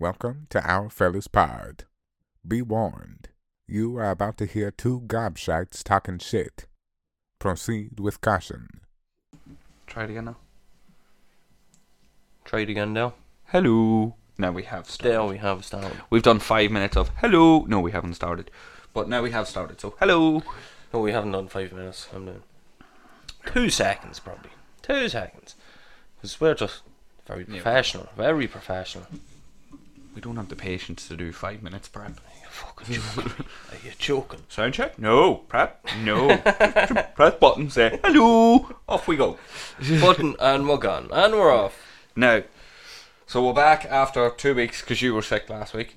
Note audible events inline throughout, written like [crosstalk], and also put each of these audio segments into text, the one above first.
Welcome to Our Fellas Pod. Be warned, you are about to hear two gobshites talking shit. Proceed with caution. Try it again now. Try it again now. Hello. Now we have started. There we have started. We've done five minutes of hello. No, we haven't started. But now we have started. So hello. No, we haven't done five minutes. I'm doing two seconds probably. Two seconds. Because we're just very Yeah. professional. Very [laughs] professional. We don't have the patience to do five minutes prep. You're fucking joking. Are you joking? Sound check? No. Prep? [laughs] No. Press button. Say hello. Off we go. [laughs] Button and we're gone. And we're off. Now, so we're back after two weeks because you were sick last week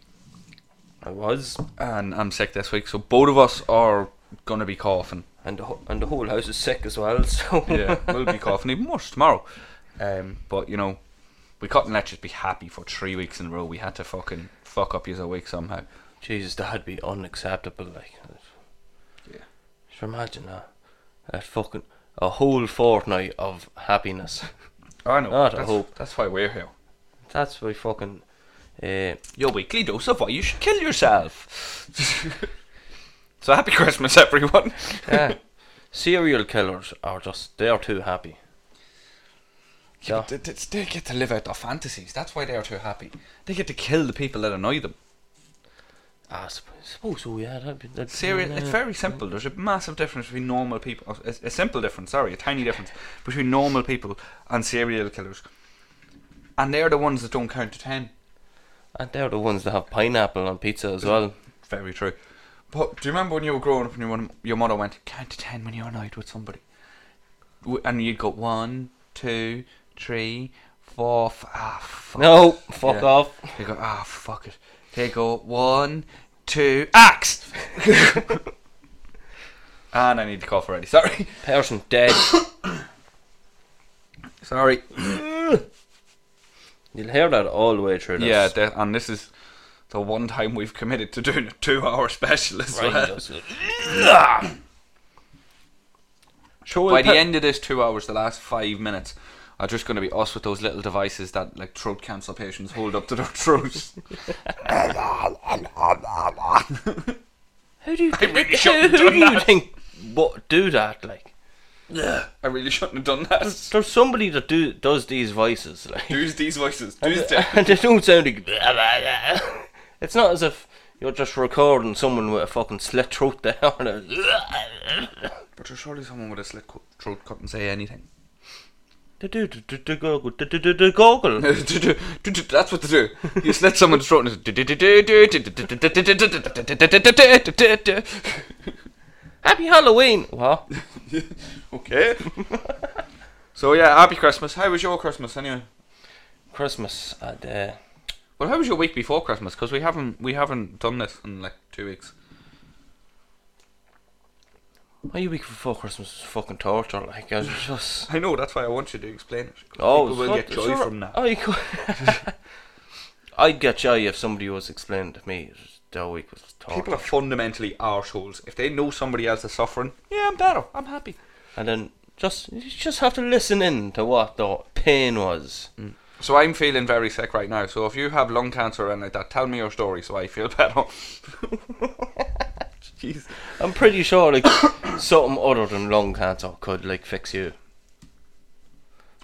I was. and I'm sick this week. So both of us are gonna be coughing. And the, wh- and the whole house is sick as well, [laughs] so. yeah, we'll be coughing even worse tomorrow. Um, but you know, we couldn't let you be happy for three weeks in a row. We had to fucking fuck up your week somehow. Jesus, that'd be unacceptable. Like, Yeah. just imagine that. That fucking. A whole fortnight of happiness. [laughs] I know. Not a that's, hope. That's why we're here. That's why fucking. Uh, Your weekly dose of why you should kill yourself. [laughs] so happy Christmas, everyone. yeah. Serial killers are just. They're too happy. Yeah. They, they- they get to live out their fantasies. That's why they are too happy. They get to kill the people that annoy them. Ah, I suppose, suppose so, yeah. That'd be, that'd be- Serious. yeah. It's very simple. There's a massive difference between normal people. A, a simple difference, sorry, a tiny difference between normal people and serial killers. And they're the ones that don't count to ten. And they're the ones that have pineapple on pizza Mm. as well. Very true. But do you remember when you were growing up and your mon- your mother went count to ten when you're annoyed with somebody, W- and you'd go one, two, three, four. F- ah, fuck. No, fuck Yeah. off. They go ah, fuck it. They go one, two, axe. [laughs] and I need to cough already. Sorry. Person dead. [coughs] Sorry. You'll hear that all the way through this. Yeah, that, and this is the one time we've committed to doing a two-hour special as [coughs] Ryan well. does it. By the end of this two hours, the last five minutes are just going to be us with those little devices that like throat cancer patients hold up to their throats. Who do [laughs] you I think? really who- shouldn't have who do done you that. think what do that like? I really shouldn't have done that. There's somebody that do does these voices like Who's these voices? Who's them? [laughs] and they don't sound like [laughs] It's not as if you're just recording someone with a fucking slit throat there [laughs] and a- But there's surely someone with a slit co- throat couldn't say anything. they do the the- the gurgle the- the- the- the gurgle. That's what to do. You slit someone's throat and it's Happy Halloween. What? [laughs] Okay. So yeah, happy Christmas. How was your Christmas anyway? Christmas and uh, Well, how was your week before Christmas? Because we haven't we haven't done this in like two weeks. my week before Christmas was fucking torture. Like I was [laughs] just I know that's why I want you to explain it. 'cause oh, people will fuck, get joy sure, from that. I could, [laughs] I'd get joy if somebody was explaining to me their week was torture. People are fundamentally arseholes. If they know somebody else is suffering, yeah, I'm better. I'm happy. and then just you just have to listen in to what the pain Mm. was. So I'm feeling very sick right now. So if you have lung cancer and like that, tell me your story so I feel [laughs] better. Jeez. I'm pretty sure like [coughs] something other than lung cancer could like fix you.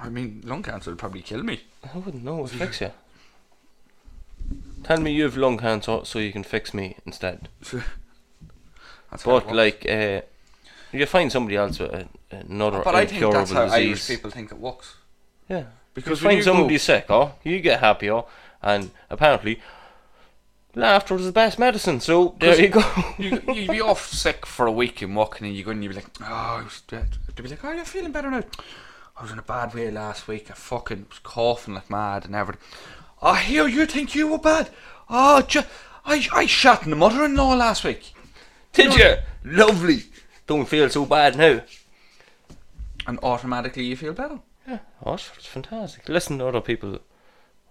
I mean, lung cancer would probably kill me. [laughs] I wouldn't know what fix you. Tell me you have lung cancer so you can fix me instead. That's how it But works. like, uh, you find somebody else with a, another but I think incurable that's how Irish disease. people think it works. yeah, Because because when you find you somebody go- sick, oh, you get happier, and apparently, laughter is the best medicine. So there you go. [laughs] you, you'd be off sick for a week and walking and you go and you'd be like, oh, I was dead. They'd be like, oh, you're feeling better now. I was in a bad way last week. I fucking was coughing like mad and everything. I hear you think you were bad. Oh, ju- I, I shot in the mother-in-law last week. Did you? Lovely. Don't feel so bad now. And automatically you feel better. Yeah, oh, it's it's fantastic. Listen to other people.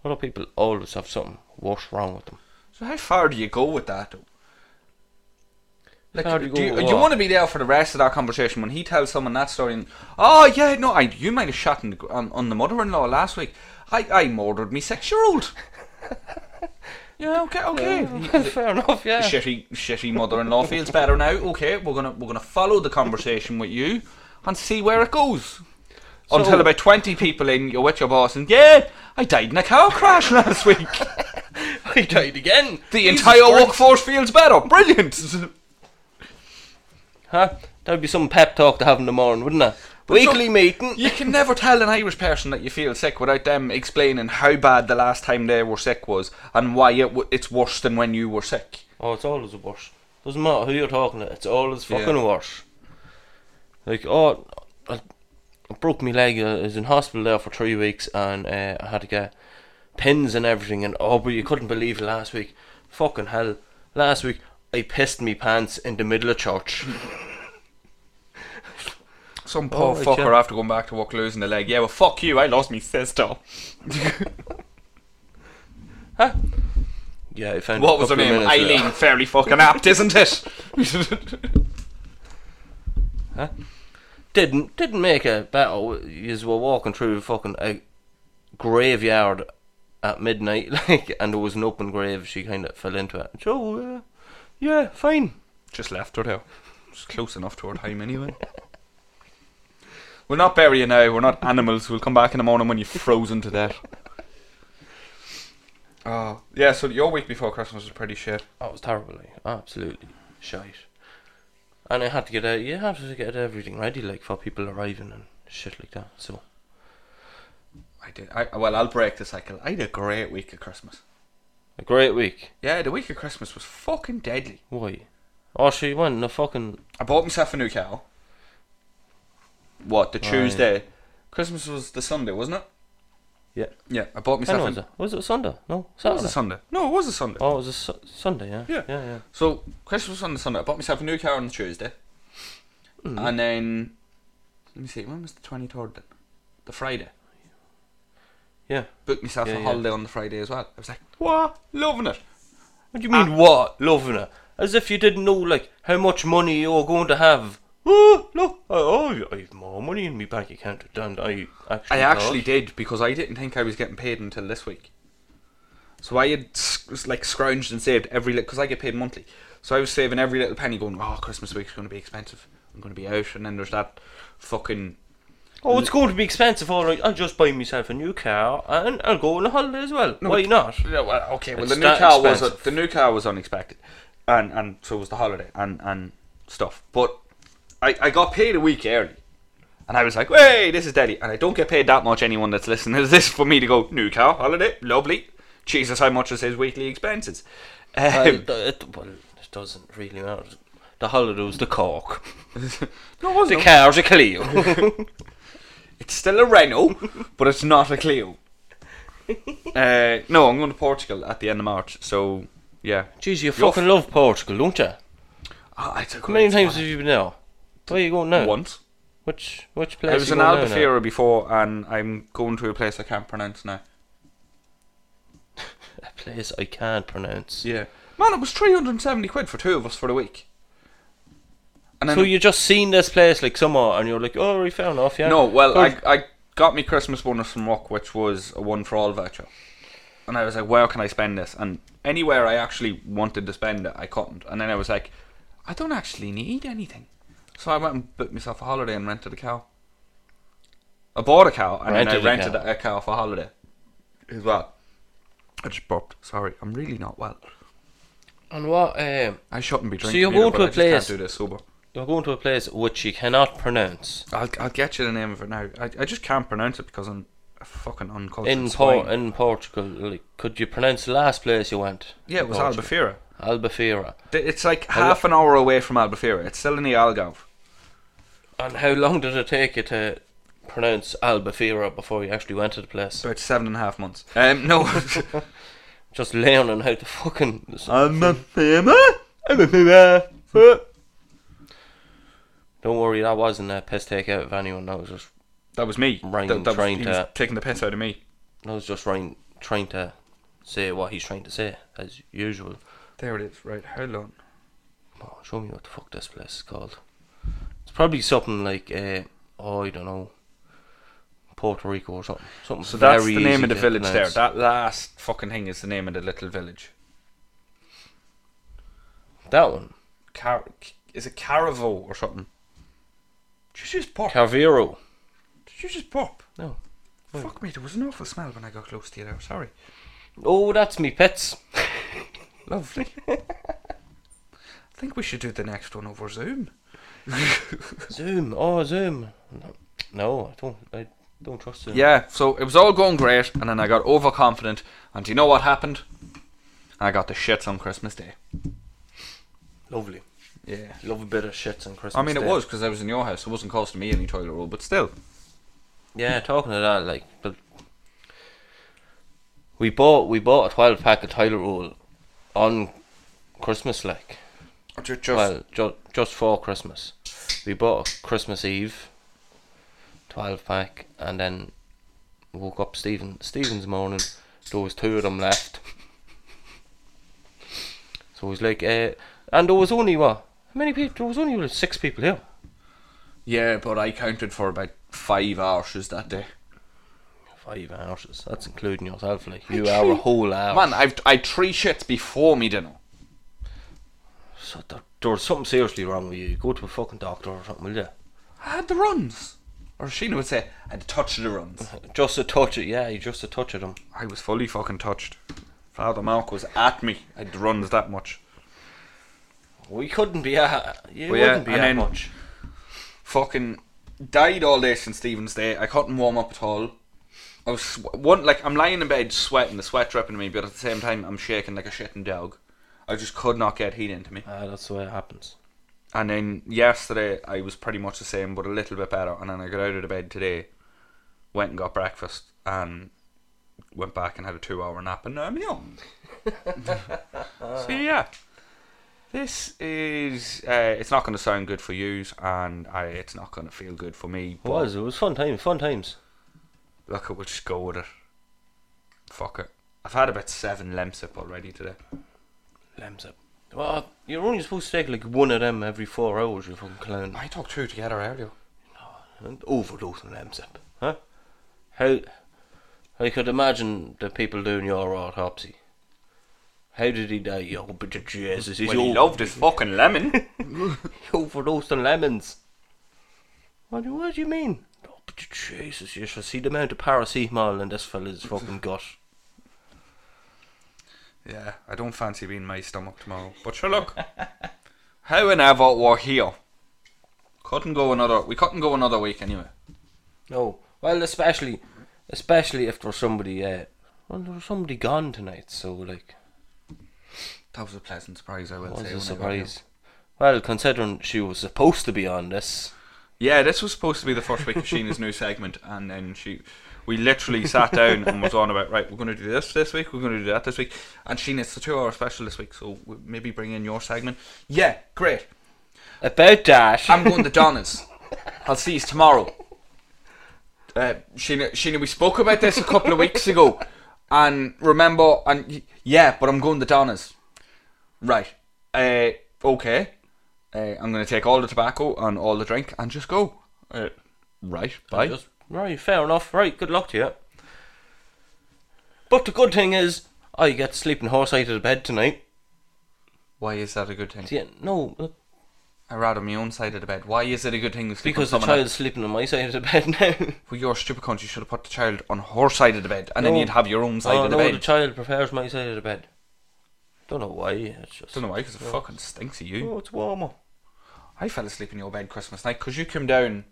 Other people always have something worse wrong with them. So how far do you go with that, though? Like, How do you go you, with what? want to be there for the rest of that conversation when he tells someone that story? And, oh yeah, no, I you might have shot [laughs] in the, gr- on, on the mother-in-law last week. I, I murdered me six-year-old. Yeah, okay, okay. Fair enough, [laughs] yeah. [laughs] shitty shitty mother-in-law feels better now. Okay, we're gonna we're gonna follow the conversation with you and see where it goes. Until about twenty people in, you're with your boss, and yeah, I died in a car crash [laughs] last week. I died again. The Jesus entire Christ. workforce feels better. Brilliant. Huh? That'd be some pep talk to have in the morning, wouldn't it? Weekly so- meeting. [laughs] You can never tell an Irish person that you feel sick without them explaining how bad the last time they were sick was and why it w- it's worse than when you were sick. Oh, it's always worse. Doesn't matter who you're talking to, it's always Yeah. fucking worse. Like, oh, I, I broke my leg. uh, I was in hospital there for three weeks, and uh, I had to get pins and everything. And oh, but you couldn't believe last week. Fucking hell! Last week I pissed me pants in the middle [laughs] of church. Some poor Alright, fucker yeah. after going back to work losing a leg. Yeah, well, fuck you. I lost me sister. Yeah, I found. a What was her couple name? of minutes of it. Eileen. Fairly fucking apt, isn't [laughs] it? Didn't didn't make a battle. You were walking through fucking a graveyard at midnight, [laughs] like, and there was an open grave. She kind of fell into it. So, uh, yeah, fine. Just left her there. It's close enough to her time anyway. We'll not bury you now. We're not animals. We'll come back in the morning when you're frozen to death. Oh. Yeah, so your week before Christmas was pretty shit. That was terrible. like, Absolutely shite. And I had to get out. You have to get everything ready, like for people arriving and shit like that. So I did. I, well, I'll break the cycle. I had a great week at Christmas. a great week. Yeah, the week of Christmas was fucking deadly. Why? Oh, she went in a fucking. I bought myself a new cow. What, the Tuesday? Christmas was the Sunday, wasn't it? Yeah. Yeah, I bought When myself was a... it? Was it Sunday? No, It was Saturday. a Sunday. No, it was a Sunday. oh, it was a su- Sunday. Yeah. Yeah. Yeah. Yeah. So Christmas on the Sunday. I bought myself a new car on the Tuesday, Hmm. and then let me see. When was the twenty third? Then the Friday. Yeah. Booked myself Yeah, a yeah. holiday on the Friday as well. I was like, what? Loving it. What do you Ah. mean, what? Loving it. As if you didn't know, like, how much money you're going to have. Oh, look, I, oh, I have more money in my bank account than I actually I actually thought. did because I didn't think I was getting paid until this week. So I had sc- like scrounged and saved every little because I get paid monthly. So I was saving every little penny, going, "Oh, Christmas week's going to be expensive. I'm going to be out." And then there's that fucking Oh, it's going to be expensive, alright. I'll just buy myself a new car and I'll go on a holiday as well. Why not? No, Um, well, okay. Well, It's the new that car was expensive. the new car was unexpected, and and so was the holiday and and stuff. But I I got paid a week early, and I was like, "Hey, this is Daddy," and I don't get paid that much. Anyone that's listening to this for me to go new car holiday, lovely. Jesus, how much is his weekly expenses? Well, Um, th- it, well, it doesn't really matter. The holiday was the cork. [laughs] no, it wasn't. The car's a [laughs] Clio. It's still a Renault, [laughs] but it's not a [laughs] Clio. uh, no, I'm going to Portugal at the end of March. So yeah, Jeez, you You're fucking love Portugal, don't you? Oh, it's a How many great times spot. have you been there? Where you going now? once. Which which place? I was you in going now, now? Albufeira before, and I'm going to a place I can't pronounce now. A place I can't pronounce. Yeah, man, it was 370 quid for two of us for the week. And then So you just seen this place like somewhere, and you're like, oh, right, fair enough, yeah. no, well, Good. I I got me Christmas bonus from Rock, which was a one for all voucher, and I was like, where can I spend this? And anywhere I actually wanted to spend it, I couldn't. And then I was like, I don't actually need anything, so I went and booked myself a holiday and rented a cow. I bought a cow and Rented a then I rented cow. a cow for holiday as well. I just burped. Sorry, I'm really not well. And what? Um, I shouldn't be So drinking. you're either, going but to a I just can't place- do this sober. you're going to a place which you cannot pronounce I'll, I'll get you the name of it now. I, I just can't pronounce it because I'm a fucking uncultured. in swine. Por- in Portugal. Like, could you pronounce the last place you went? Yeah, it was Portugal. Albufeira. Albufeira. Th- It's like half an hour away from Albufeira. It's still in the Algarve. And how long did it take you to pronounce Albufeira before you actually went to the place? About seven and a half months. Um, [laughs] no. Just learning how to fucking. Uh, Don't worry, that wasn't a piss take out of anyone. That was just that was me. Ryan that, that was, trying he was to- taking the piss out of me. I was just trying, trying to say what he's trying to say, as usual. There it is. Right, how long? Oh, show me what the fuck this place is called. It's probably something like, uh, oh, I don't know, Puerto Rico or something. Something So that's very the name easy of the to village there. pronounce. That last fucking thing is the name of the little village. That one. Car- is it Caravo or something? Did you just pop? Carvero. Did you just pop? No. Fuck me, there was an awful smell when I got close to you there. Sorry. Oh, that's [laughs] me pets. Lovely. I think we should do the next one over Zoom. Zoom. Oh, Zoom. No, no I don't. I don't trust Zoom. Yeah, so it was all going great, and then I got overconfident, and do you know what happened? I got the shits on Christmas Day. Lovely. Yeah. Love a bit of shit on Christmas. I mean, it Day. was because I was in your house. It wasn't costing me any toilet roll, but still. Yeah, talking to that, like, but we bought we bought a twelve pack of toilet roll on Christmas, like, Just, well, ju- just for Christmas. We bought a Christmas Eve twelve pack, and then woke up Stephen Stephen's morning. There was two of them left, [laughs] so it was like, uh, and there was only what? How many people? There was only like, six people here. yeah, but I counted for about five hours that day. Five hours. That's including yourself, like you are a whole hour. Man, I've I three shits before me dinner. So there, there's something seriously wrong with you. Go to a fucking doctor or something, will you? I had the runs, or Sheena would say, I had the touch of the runs. Just a touch of yeah, you just a touch um. of them. I was fully fucking touched. Father Mark was at me. I had the runs that much. We couldn't be at you Well, yeah, wouldn't be and at then- much. Fucking died all day since Stephen's Day. I couldn't warm up at all. I was sw- one like I'm lying in bed sweating, the sweat dripping me, but at the same time I'm shaking like a shitting dog. I just could not get heat into me. Ah, that's the way it happens. And then yesterday I was pretty much the same, but a little bit better. And then I got out of the bed today, went and got breakfast, and went back and had a two-hour nap, and now I'm [laughs] young. so yeah, this is uh, it's not going to sound good for yous, and I, it's not going to feel good for me. It But was it was fun time, fun times. look, I will just go with it. Fuck it. I've had about seven Lemsip already today. Lems up. Well, you're only supposed to take like one of them every four hours. You fucking clown. Oh, I took two together earlier. And Overdose on lems up, huh? How? I could imagine the people doing your autopsy. How did he die? Oh, but Jesus, he's Well, he over- [laughs] loved his fucking [laughs] lemon. overdosed on lemons. What do, what do you mean? Oh, but Jesus, you should see the amount of paracetamol in this fella's fucking gut. Yeah, I don't fancy being my stomach tomorrow. But sure, [laughs] look, how and ever we're here. Couldn't go another. We couldn't go another week anyway. No, well, especially, especially if there's somebody, uh, well, there was somebody gone tonight, so like, That was a pleasant surprise. I will it say. was a when I got surprise. Well, considering she was supposed to be on this, here. Yeah, this was supposed to be the first week of Sheena's new segment, and then she, we literally sat down and was on about right. We're going to do this this week. We're going to do that this week. And Sheena, it's a two-hour special this week, so we maybe bring in your segment. Yeah, great. about that, I'm going to Donna's. I'll see you tomorrow. Uh, Sheena, Sheena, we spoke about this a couple of weeks ago, and remember, and y- yeah, but I'm going to Donna's. Right. Uh, okay. Uh, I'm going to take all the tobacco and all the drink and just go. Uh, right. Bye. Just, [laughs] right, fair enough. Right, good luck to you. But the good thing is, I get sleeping horse out of the bed tonight. Why is that a good thing? Yeah, no, I rather my own side of the bed. Why is it a good thing to sleep Because the on someone else? child's sleeping on my side of the bed [laughs] now. Well, you're a stupid cunt. You should have put the child on her side of the bed, and then No. you'd have your own side oh, of the no, bed. the child prefers my side of the bed. Don't know why. It's just don't know why, because it fucking stinks of you. oh, it's warmer. I fell asleep in your bed Christmas night because you came down.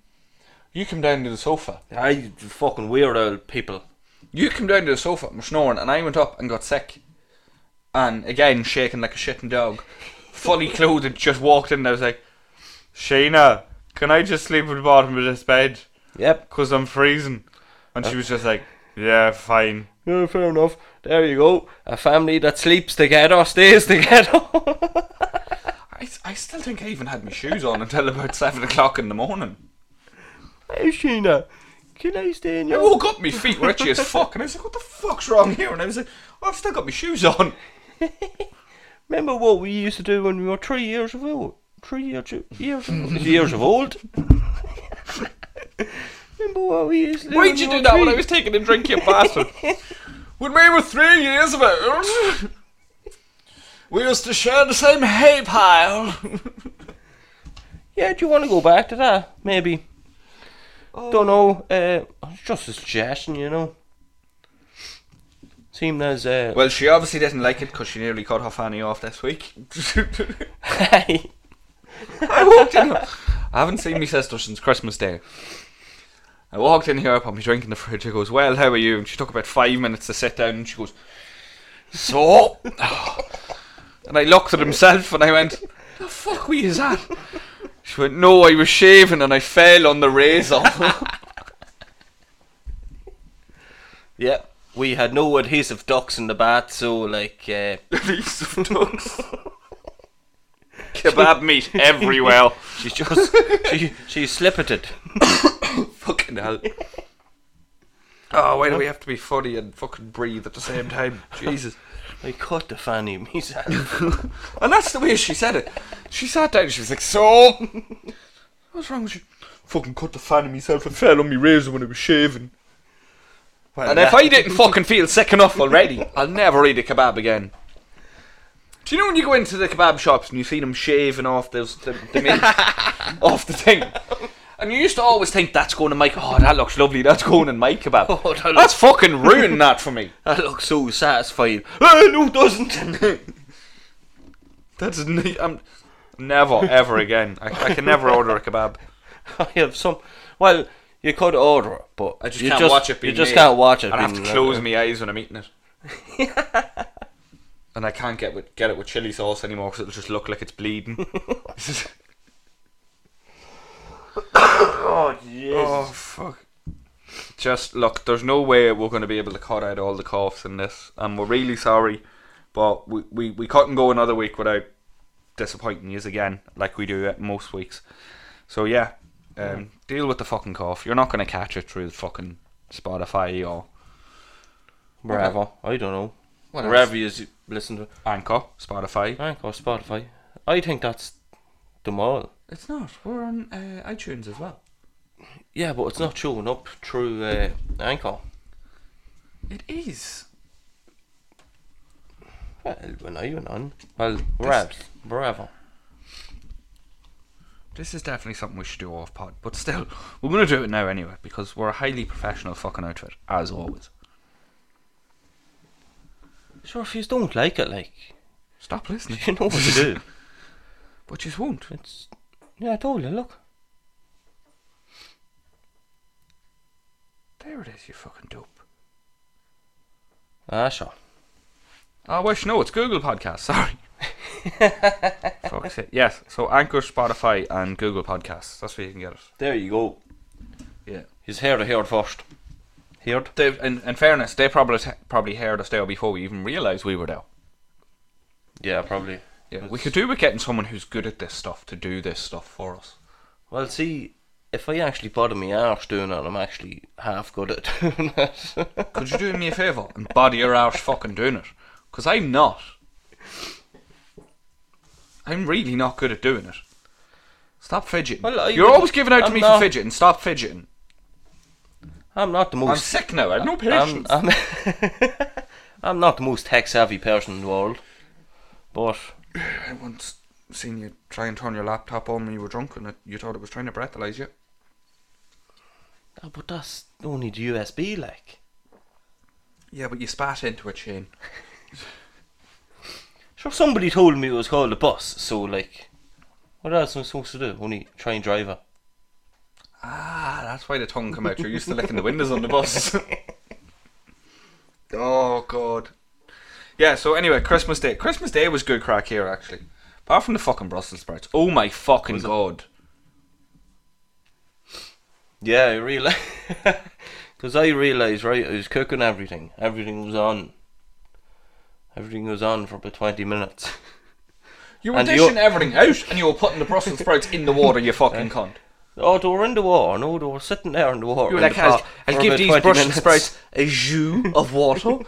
You came down to the sofa. I fucking weirdo people. You came down to the sofa and were snoring, and I went up and got sick. And again, shaking like a shitting dog, [laughs] fully clothed, just walked in and I was like, Sheena, can I just sleep at the bottom of this bed? Yep. Because I'm freezing. And she was just like, Yeah, fine. Yeah, fair enough. There you go. A family that sleeps together stays [laughs] together. I, I still think I even had my shoes on until about [laughs] 7 o'clock in the morning. hey, Sheena, can I stay in I your? woke up, my feet were itchy as fuck, and I was like, What the fuck's wrong here? And I was like, oh, I've still got my shoes on. Remember what we used to do when we were three years of old? Three years of, years of, years of old. Remember what we used to do? when Why'd you we do were that when I three? was taking a drink, you bastard? when we were three years of age. We used to share the same hay pile. Yeah, do you want to go back to that? Maybe. Don't know. Uh, it's just a suggestion, you know. Seemed as uh, [laughs] Well, she obviously didn't like it because she nearly cut her fanny off this [laughs] week. I walked in. I haven't seen my sister since Christmas Day. I walked in here, I put my drink in the fridge. I goes, "Well, how are you?" And she took about five minutes to sit down, and she goes, "So." [sighs] and I looked at himself, and I went, "The fuck we is that?" She went, "No, I was shaving, and I fell on the razor." [laughs] yeah, we had no adhesive ducks in the bath, so like [laughs] uh, Leaves of [laughs] dogs. Kebab meat everywhere. she's just she she slippered it. Fucking hell. Oh, why do we have to be funny and fucking breathe at the same time? Jesus. I cut the fanny myself. [laughs] And that's the way she said it. She sat down she was like, So? [laughs] What's wrong with you? Fucking cut the fan of myself and fell on me razor when I was shaving. Well, And if that- I didn't fucking feel sick enough [laughs] already, I'll never eat a kebab again. Do you know when you go into the kebab shops and you see them shaving off those the, the meat [laughs] off the thing? And you used to always think that's going to make oh that looks lovely, that's going in my kebab. [laughs] Oh, that that's fucking ruined that for me. that looks so satisfying. Eh, no, [laughs] it doesn't. [laughs] That's ne- I'm never ever again. I, I can never order a kebab. I have some. Well, you could order it, but I just you can't just, watch it. Being You just made. can't watch it. And I have to being close my eyes when I'm eating it. [laughs] and I can't get with, get it with chili sauce anymore because it'll just look like it's [laughs] bleeding. [laughs] Oh Jesus. oh fuck! Just look, there's no way we're going to be able to cut out all the coughs in this, and we're really sorry, but we we, we couldn't go another week without disappointing yous again, like we do at most weeks. So yeah, um, deal with the fucking cough. You're not going to catch it through fucking Spotify or Wherever. I don't know. What Wherever you s- listen to it. Anchor, Spotify. Anchor, Spotify. I think that's them all. It's not. We're on uh, iTunes as well. Yeah, but it's not showing up through uh, Anchor. It is. Well, when I went on. Well, wherever. Wherever. This is definitely something we should do off pod, but still, [laughs] we're going to do it now anyway because we're a highly professional fucking outfit, as always. Sure, if you don't like it, like, [laughs] Stop listening. you know what to do. [laughs] But you won't. It's. Yeah, I told you, look. There it is, you fucking dope. Ah, sure. I wish Oh, no, it's Google Podcasts. [laughs] Sorry. Fuck's sake. Yes, so Anchor, Spotify, and Google Podcasts. That's where you can get it. There you go. Yeah. He's here to hear it first. Heard? They've, in, in fairness, they probably probably heard us there before we even realised we were there. Yeah, probably. Yeah. We could do with getting someone who's good at this stuff to do this stuff for us. Well, see, if I actually bother me arse doing it, I'm actually half good at [laughs] doing it. Could you do me a favour and body your arse fucking doing it? Because I'm not. I'm really not good at doing it. Stop fidgeting. Well, I- You're always giving out to I'm me not- for fidgeting. Stop fidgeting. I'm not the I'm most. sick now. I've no I'm, patience. I'm, I'm [laughs] not the most tech savvy person in the world. But, I once seen you try and turn your laptop on when you were drunk and it, you thought it was trying to breathalyze you. ah, but that's only the USB, like. Yeah, but you spat into it, Shane. Sure, somebody told me it was called a bus, so, like, what else am I supposed to do? Only try and drive it. Ah, that's why the tongue come out. You're used to licking the windows on the bus. [laughs] oh god. Yeah. So anyway, Christmas Day. Christmas Day was good crack here actually. Apart from the fucking Brussels sprouts. Oh my fucking god. Yeah, I realize. [laughs] Because I realised, right, I was cooking everything. Everything was on. Everything was on for about 20 minutes. [laughs] You were And dishing you- everything out, and you were putting the Brussels sprouts in the water. You fucking cunt. Oh, they were in the water. No, they were sitting there in the water. You were in like, the I'll, pot I'll for give about these 20 Brussels minutes." sprouts a jus of water,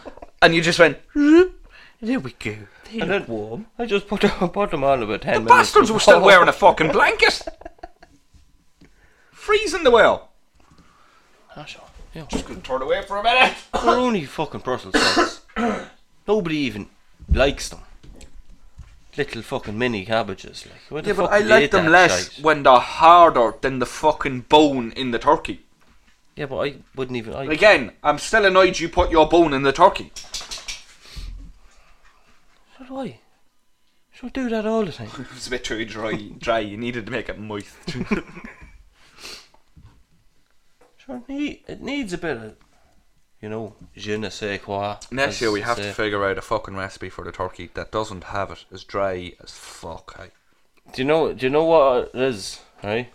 and you just went. "Roop." There we go. They [laughs] And look then warm. I just put [laughs] them, put them on about 10 The minutes. bastards were [laughs] still wearing a fucking blanket. Freezing the well. Ah, sure. Yeah. Just gonna turn away for a minute. [coughs] They're only fucking Brussels sprouts. Nobody even likes them. little fucking mini cabbages. Like, where the Yeah, but fuck I do you like eat them that less shite? when they're harder than the fucking bone in the turkey. Yeah, but I wouldn't even. I, Again, I'm still annoyed you put your bone in the turkey. so do I. So I do that all the time. [laughs] It was a bit too dry. dry. You needed to make it moist. Sure, it need- it needs a bit of, you know, je ne sais quoi. [laughs] Next as year we have they to say. figure out a fucking recipe for the turkey that doesn't have it as dry as fuck. I, Do you know? Do you know what it is? Right?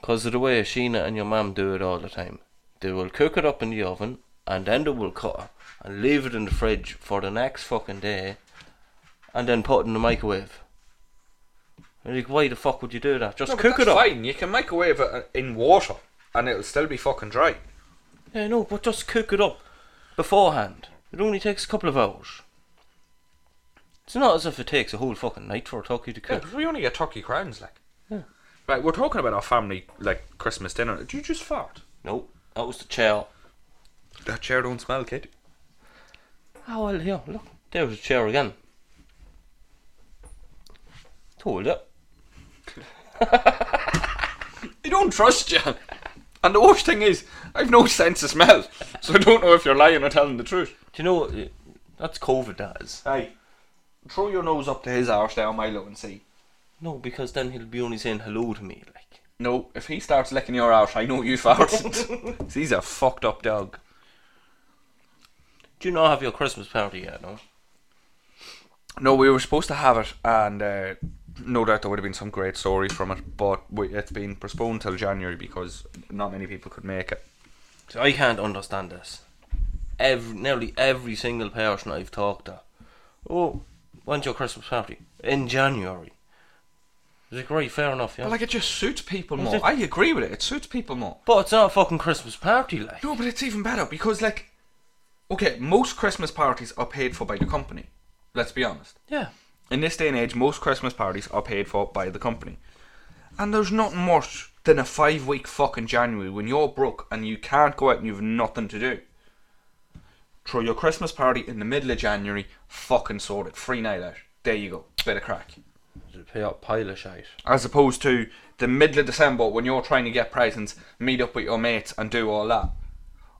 Because of the way Sheena and your mum do it all the time. They will cook it up in the oven, and then they will cut it and leave it in the fridge for the next fucking day, and then put it in the microwave. And like, why the fuck would you do that? Just cook it up. Fine, you can microwave it in water and it'll still be fucking dry. Yeah, no, but just cook it up beforehand. It only takes a couple of hours. It's not as if it takes a whole fucking night for a turkey to Yeah, cook. 'cause we only get turkey crowns, like. Yeah. Right, we're talking about our family like Christmas dinner. Did you just fart? Nope, that was the chair. That chair don't smell, kid. Oh well, here, look, there's a chair again. Told it. I don't trust you. And the worst thing is, I've no sense of smell, so I don't know if you're lying or telling the truth. Do you know what? uh, That's COVID, that is. Hey, throw your nose up to his arse down Milo and see. No, because then he'll be only saying hello to me, like. No, if he starts licking your arse, I know you farted. 'Cause [laughs] He's a fucked up dog. Do you not have your Christmas party yet, no? No, we were supposed to have it, and uh, no doubt there would have been some great story from it, but we, it's been postponed till January because not many people could make it. So I can't understand this. Every, nearly every single person I've talked to. Oh, when's your Christmas party? In January. Is it great? Fair enough, yeah. Well, like it just suits people It's more. just- I agree with it. It suits people more. but it's not a fucking Christmas party, like. No, but it's even better because like, okay, most Christmas parties are paid for by the company. Let's be honest. Yeah. In this day and age, most Christmas parties are paid for by the company. And there's nothing worse than a five week fucking January when you're broke and you can't go out and you've nothing to do. Throw your Christmas party in the middle of January, fucking sort it. Free night out. There you go. Bit of crack. It's a pi- pile of shite. As opposed to the middle of December when you're trying to get presents, meet up with your mates and do all that.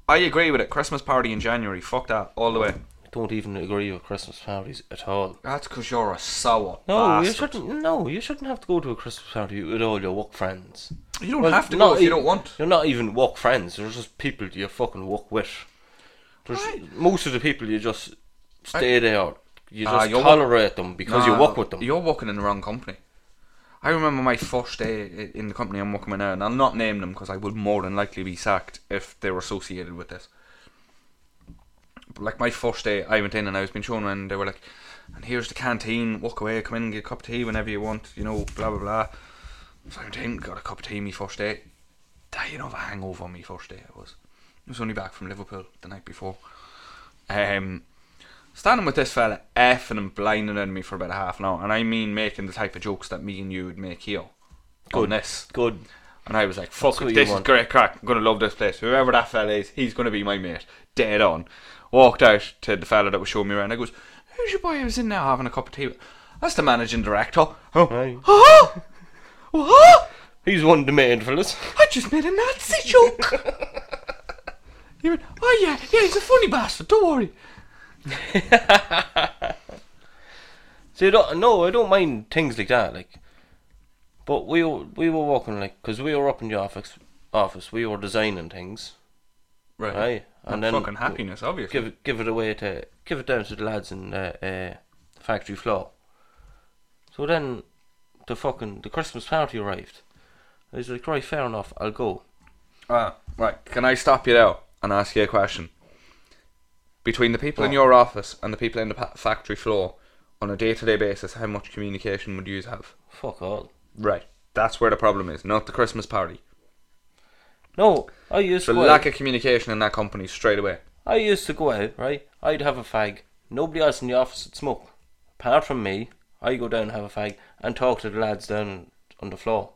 I agree with it. Christmas party in January, fuck that, all the way. I don't even agree with Christmas parties at all. That's because you're a sour. No, bastard. you shouldn't. No, you shouldn't have to go to a Christmas party with all your work friends. You don't Well, have to not go if you e- don't want. You're not even work friends. You're just people you fucking work with. There's most of the people you just stay there. You Ah, just you're wo- tolerate them because you Nah, work with them. You're working in the wrong company. I remember my first day i- in the company I'm working with now, and I'll not name them because I would more than likely be sacked if they were associated with this. But like my first day, I went in and I was being shown around, and they were like, "And here's the canteen. Walk away. Come in, and get a cup of tea whenever you want. You know, blah blah blah." So I went in, got a cup of tea. Me first day, dying of a er hangover. Me first day, I was. I was only back from Liverpool the night before. Um, standing with this fella effing and blinding at me for about a half an hour, and I mean making the type of jokes that me and you would make here on Good. this. Good. And I was like, "Fuck what it, you this is want. great crack. I'm gonna love this place. Whoever that fella is, he's gonna be my mate. Dead on." Walked out to the fella that was showing me around. I goes, "Who's your boy? who was in there having a cup of tea." with?" That's the managing director. Aye. [laughs] Oh, oh, what? He's one of the main fellas. I just made a Nazi [laughs] joke. he went, oh yeah, yeah, he's a funny bastard. Don't worry. [laughs] See, I don't, no, I don't mind things like that. Like, but we were, we were walking like because we were up in the office. Office, we were designing things, Right. right? And then fucking happiness, obviously. give it give it away to give it down to the lads in the uh, factory floor. So then, the fucking the Christmas party arrived. I was like, right, fair enough, I'll go. Ah, right. Can I stop you now and ask you a question? Between the people in What? your office and the people in the pa- factory floor, on a day-to-day basis, how much communication would you have? Fuck all. Right. That's where the problem is, not the Christmas party. No, I used The to go lack out, of communication in that company straight away. I used to go out, right? I'd have a fag. Nobody else in the office would smoke, apart from me. I go down and have a fag and talk to the lads down on the floor.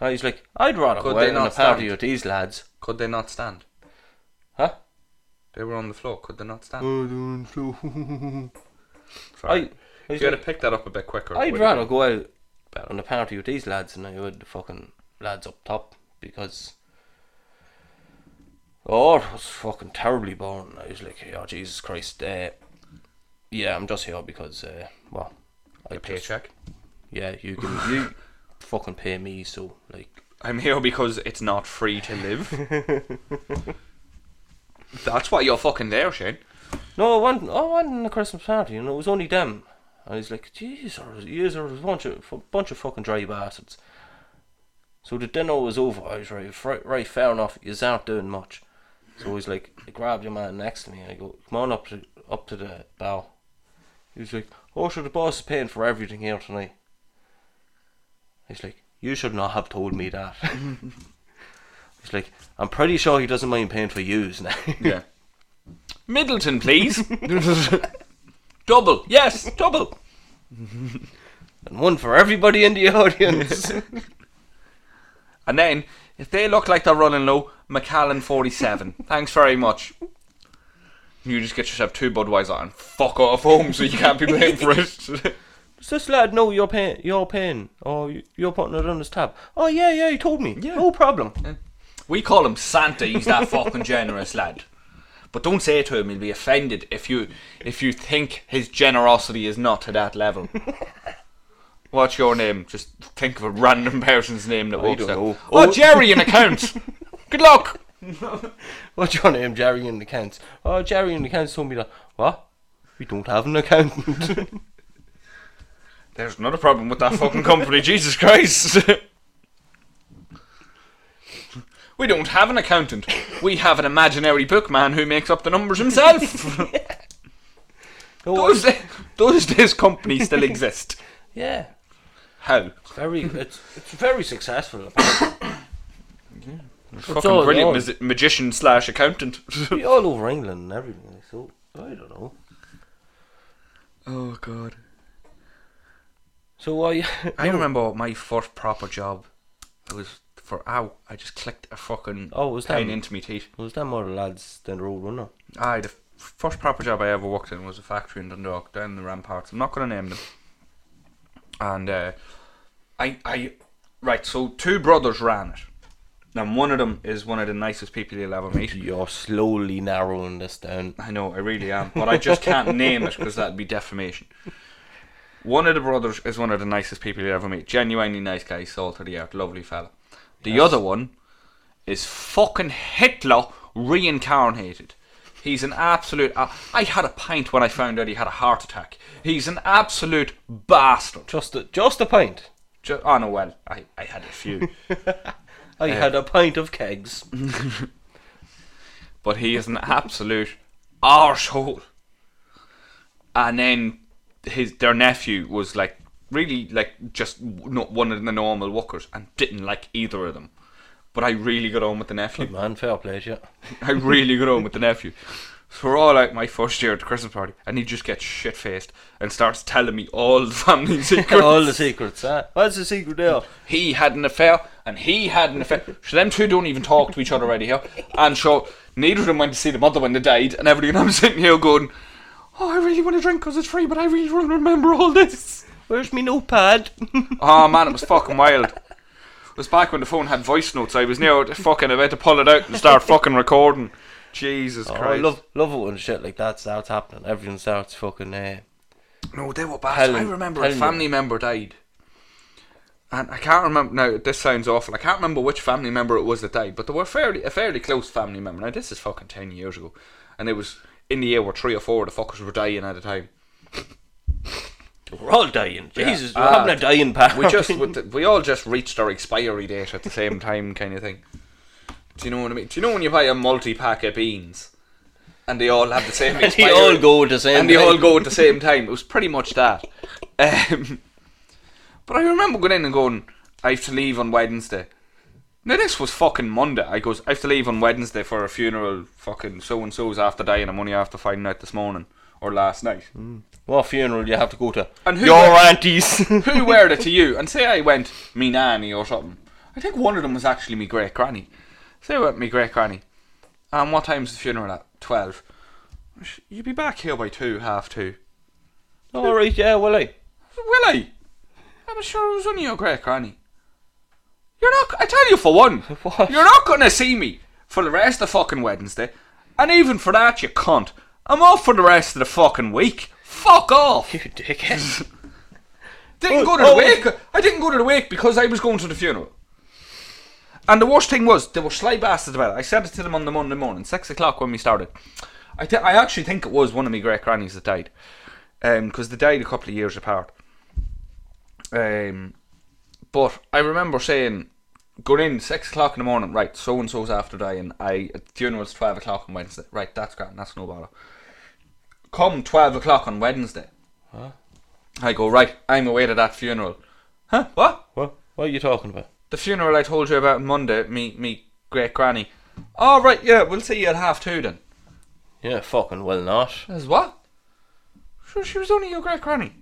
I was like, I'd rather Could go they out on a not party stand? with these lads, Could they not stand? huh? Mm. They were on the floor. Could they not stand? Oh, Sorry. I [laughs] He's you had like- to pick that up a bit quicker. I'd would've rather been- go out bet on the penalty with these lads than I would the fucking lads up top because oh it was fucking terribly boring. I was like, oh Jesus Christ, uh, yeah, I'm just here because uh, well, I a just, paycheck. yeah, you can you fucking pay me, so like I'm here because it's not free to live. That's why you're fucking there, Shane. no, I wasn't I wasn't a Christmas party, and it was only them. And he's like, jeez, there was, years, there was a bunch of a bunch of fucking dry bastards. So the dinner was over. I was right, right, right fair enough. You aren't doing much. So he's like, I grabbed your man next to me and I go, come on up to up to the bow. He was like, oh, sure, the boss is paying for everything here tonight. He's like, you should not have told me that. [laughs] he's like, I'm pretty sure he doesn't mind paying for yous now. [laughs] Yeah. Middleton, please. double. Yes, double. and one for everybody in the [laughs] audience. And then, if they look like they're running low, McAllen 47. Thanks very much. You just get yourself two Budweiser and fuck off home so you can't be blamed for it. Does this lad know you're paying? You're paying, or you- you're putting it on his tab? Oh yeah, yeah, he told me. No problem. we call him Santa, he's that fucking generous lad. But don't say it to him, he'll be offended if you if you think his generosity is not to that [laughs] level. What's your name? Just think of a random person's name that walks don't up. know. Oh, Oh. Jerry in [laughs] accounts. Good luck. What's your name, Jerry in the accounts? Oh, Jerry in the accounts told me that. What? We don't have an [laughs] accountant. [laughs] There's another problem with that fucking [laughs] company, Jesus Christ. [laughs] we don't have an accountant. We have an imaginary bookman who makes up the numbers [laughs] himself. No, does, does this company [laughs] still exist? yeah, How? very. It's it's very successful. apparently. [coughs] Fucking all it brilliant was. mas- magician slash accountant. [laughs] Be all over England and everything. So I don't know. oh god. So I. [laughs] I remember my first proper job. It was for ow. I just clicked a fucking Oh, it was pain them. into my teeth. Was them other lads than the road runner? Aye, the f- first proper job I ever worked in was a factory in Dundalk, down the ramparts. I'm not going to name them. And uh, I, I, right, so two brothers ran it. And one of them is one of the nicest people you'll ever meet. You're slowly narrowing this down. I know, I really am, but I just can't name it because that'd be defamation. One of the brothers is one of the nicest people you ever meet. Genuinely nice guy, salt of the earth, lovely fella. The other one is fucking Hitler reincarnated. He's an absolute. Uh, I had a pint when I found out he had a heart attack. He's an absolute bastard. Just a just a pint. Just, oh no, well, I, I had a few. I had a pint of [laughs] kegs. Mm-hmm. but he is an absolute arsehole. And then his their nephew was like really like just not one of the normal walkers and didn't like either of them. But I really got on with the [laughs] nephew. Man, fair play, [laughs] yeah. I really got on with the nephew. So we're all out my first year at the Christmas party, and he just gets shit faced and starts telling me all the [laughs] family secrets. All the secrets, eh? huh? What's the secret there? he had an affair and he had an affair. So them two don't even talk to each other right here. And so neither of them went to see the mother when they died and everything. [laughs] I'm sitting here going, oh, I really want to drink because it's free, but I really want to remember all this. Where's me notepad? [laughs] Oh man, it was fucking wild. It was back when the phone had voice notes. I was near to fucking about to pull it out and start fucking recording. Jesus Oh, I Christ. love love it when shit like that starts happening. Everyone starts fucking. Uh, No, they were bad. I Helen- remember a Helen- family member died. And I can't remember now. This sounds awful. I can't remember which family member it was that died, but they were fairly a fairly close family member. Now this is fucking ten years ago, and it was in the year where three or four of the fuckers were dying at a time. we're all dying. Jesus, we're Ah, having a dying party. [laughs] We just we, we all just reached our expiry date at the same time, kind of thing. Do you know what I mean? Do you know when you buy a multi pack of beans, and they all have the same? [laughs] and they expiry- all go the same. and they all thing. go at the same time. It was pretty much that. Um, but I remember going in and going, I have to leave on Wednesday. Now this was fucking Monday. I goes, I have to leave on Wednesday for a funeral. Fucking so and so's after dying. I'm only after finding out this morning or last night. [laughs] What funeral do you have to go to? And who Your went- aunties. [laughs] Who were it to you? And say I went me nanny or something. I think one of them was actually me great granny. Say I went me great granny. And what time's the funeral at? Twelve. You'd be back here by two, half two. [laughs] All right, yeah, well, I. Will I? I'm sure it was only your great granny. You're not. I tell you for one, What? you're not going to see me for the rest of fucking Wednesday, and even for that, you cunt. I'm off for the rest of the fucking week. Fuck off. You dickhead. Didn't Oh, go to the oh, wake. I didn't go to the wake because I was going to the funeral. And the worst thing was, they were sly bastards about it. I said it to them on the Monday morning, six o'clock when we started. I, th- I actually think it was one of my great grannies that died, because they died a couple of years apart. Um, but I remember saying, going in six o'clock in the morning, right? So and so's after dying. I at funeral's twelve o'clock on Wednesday. Right, that's grand. That's no bother. Come twelve o'clock on Wednesday. I go right. I'm away to that funeral. Huh? What? [laughs] what? What are you talking about? The funeral I told you about on Monday. Me, me great granny. All right. Yeah, we'll see you at half two then. Yeah, fucking well not. As what? Sure, she was only your great granny.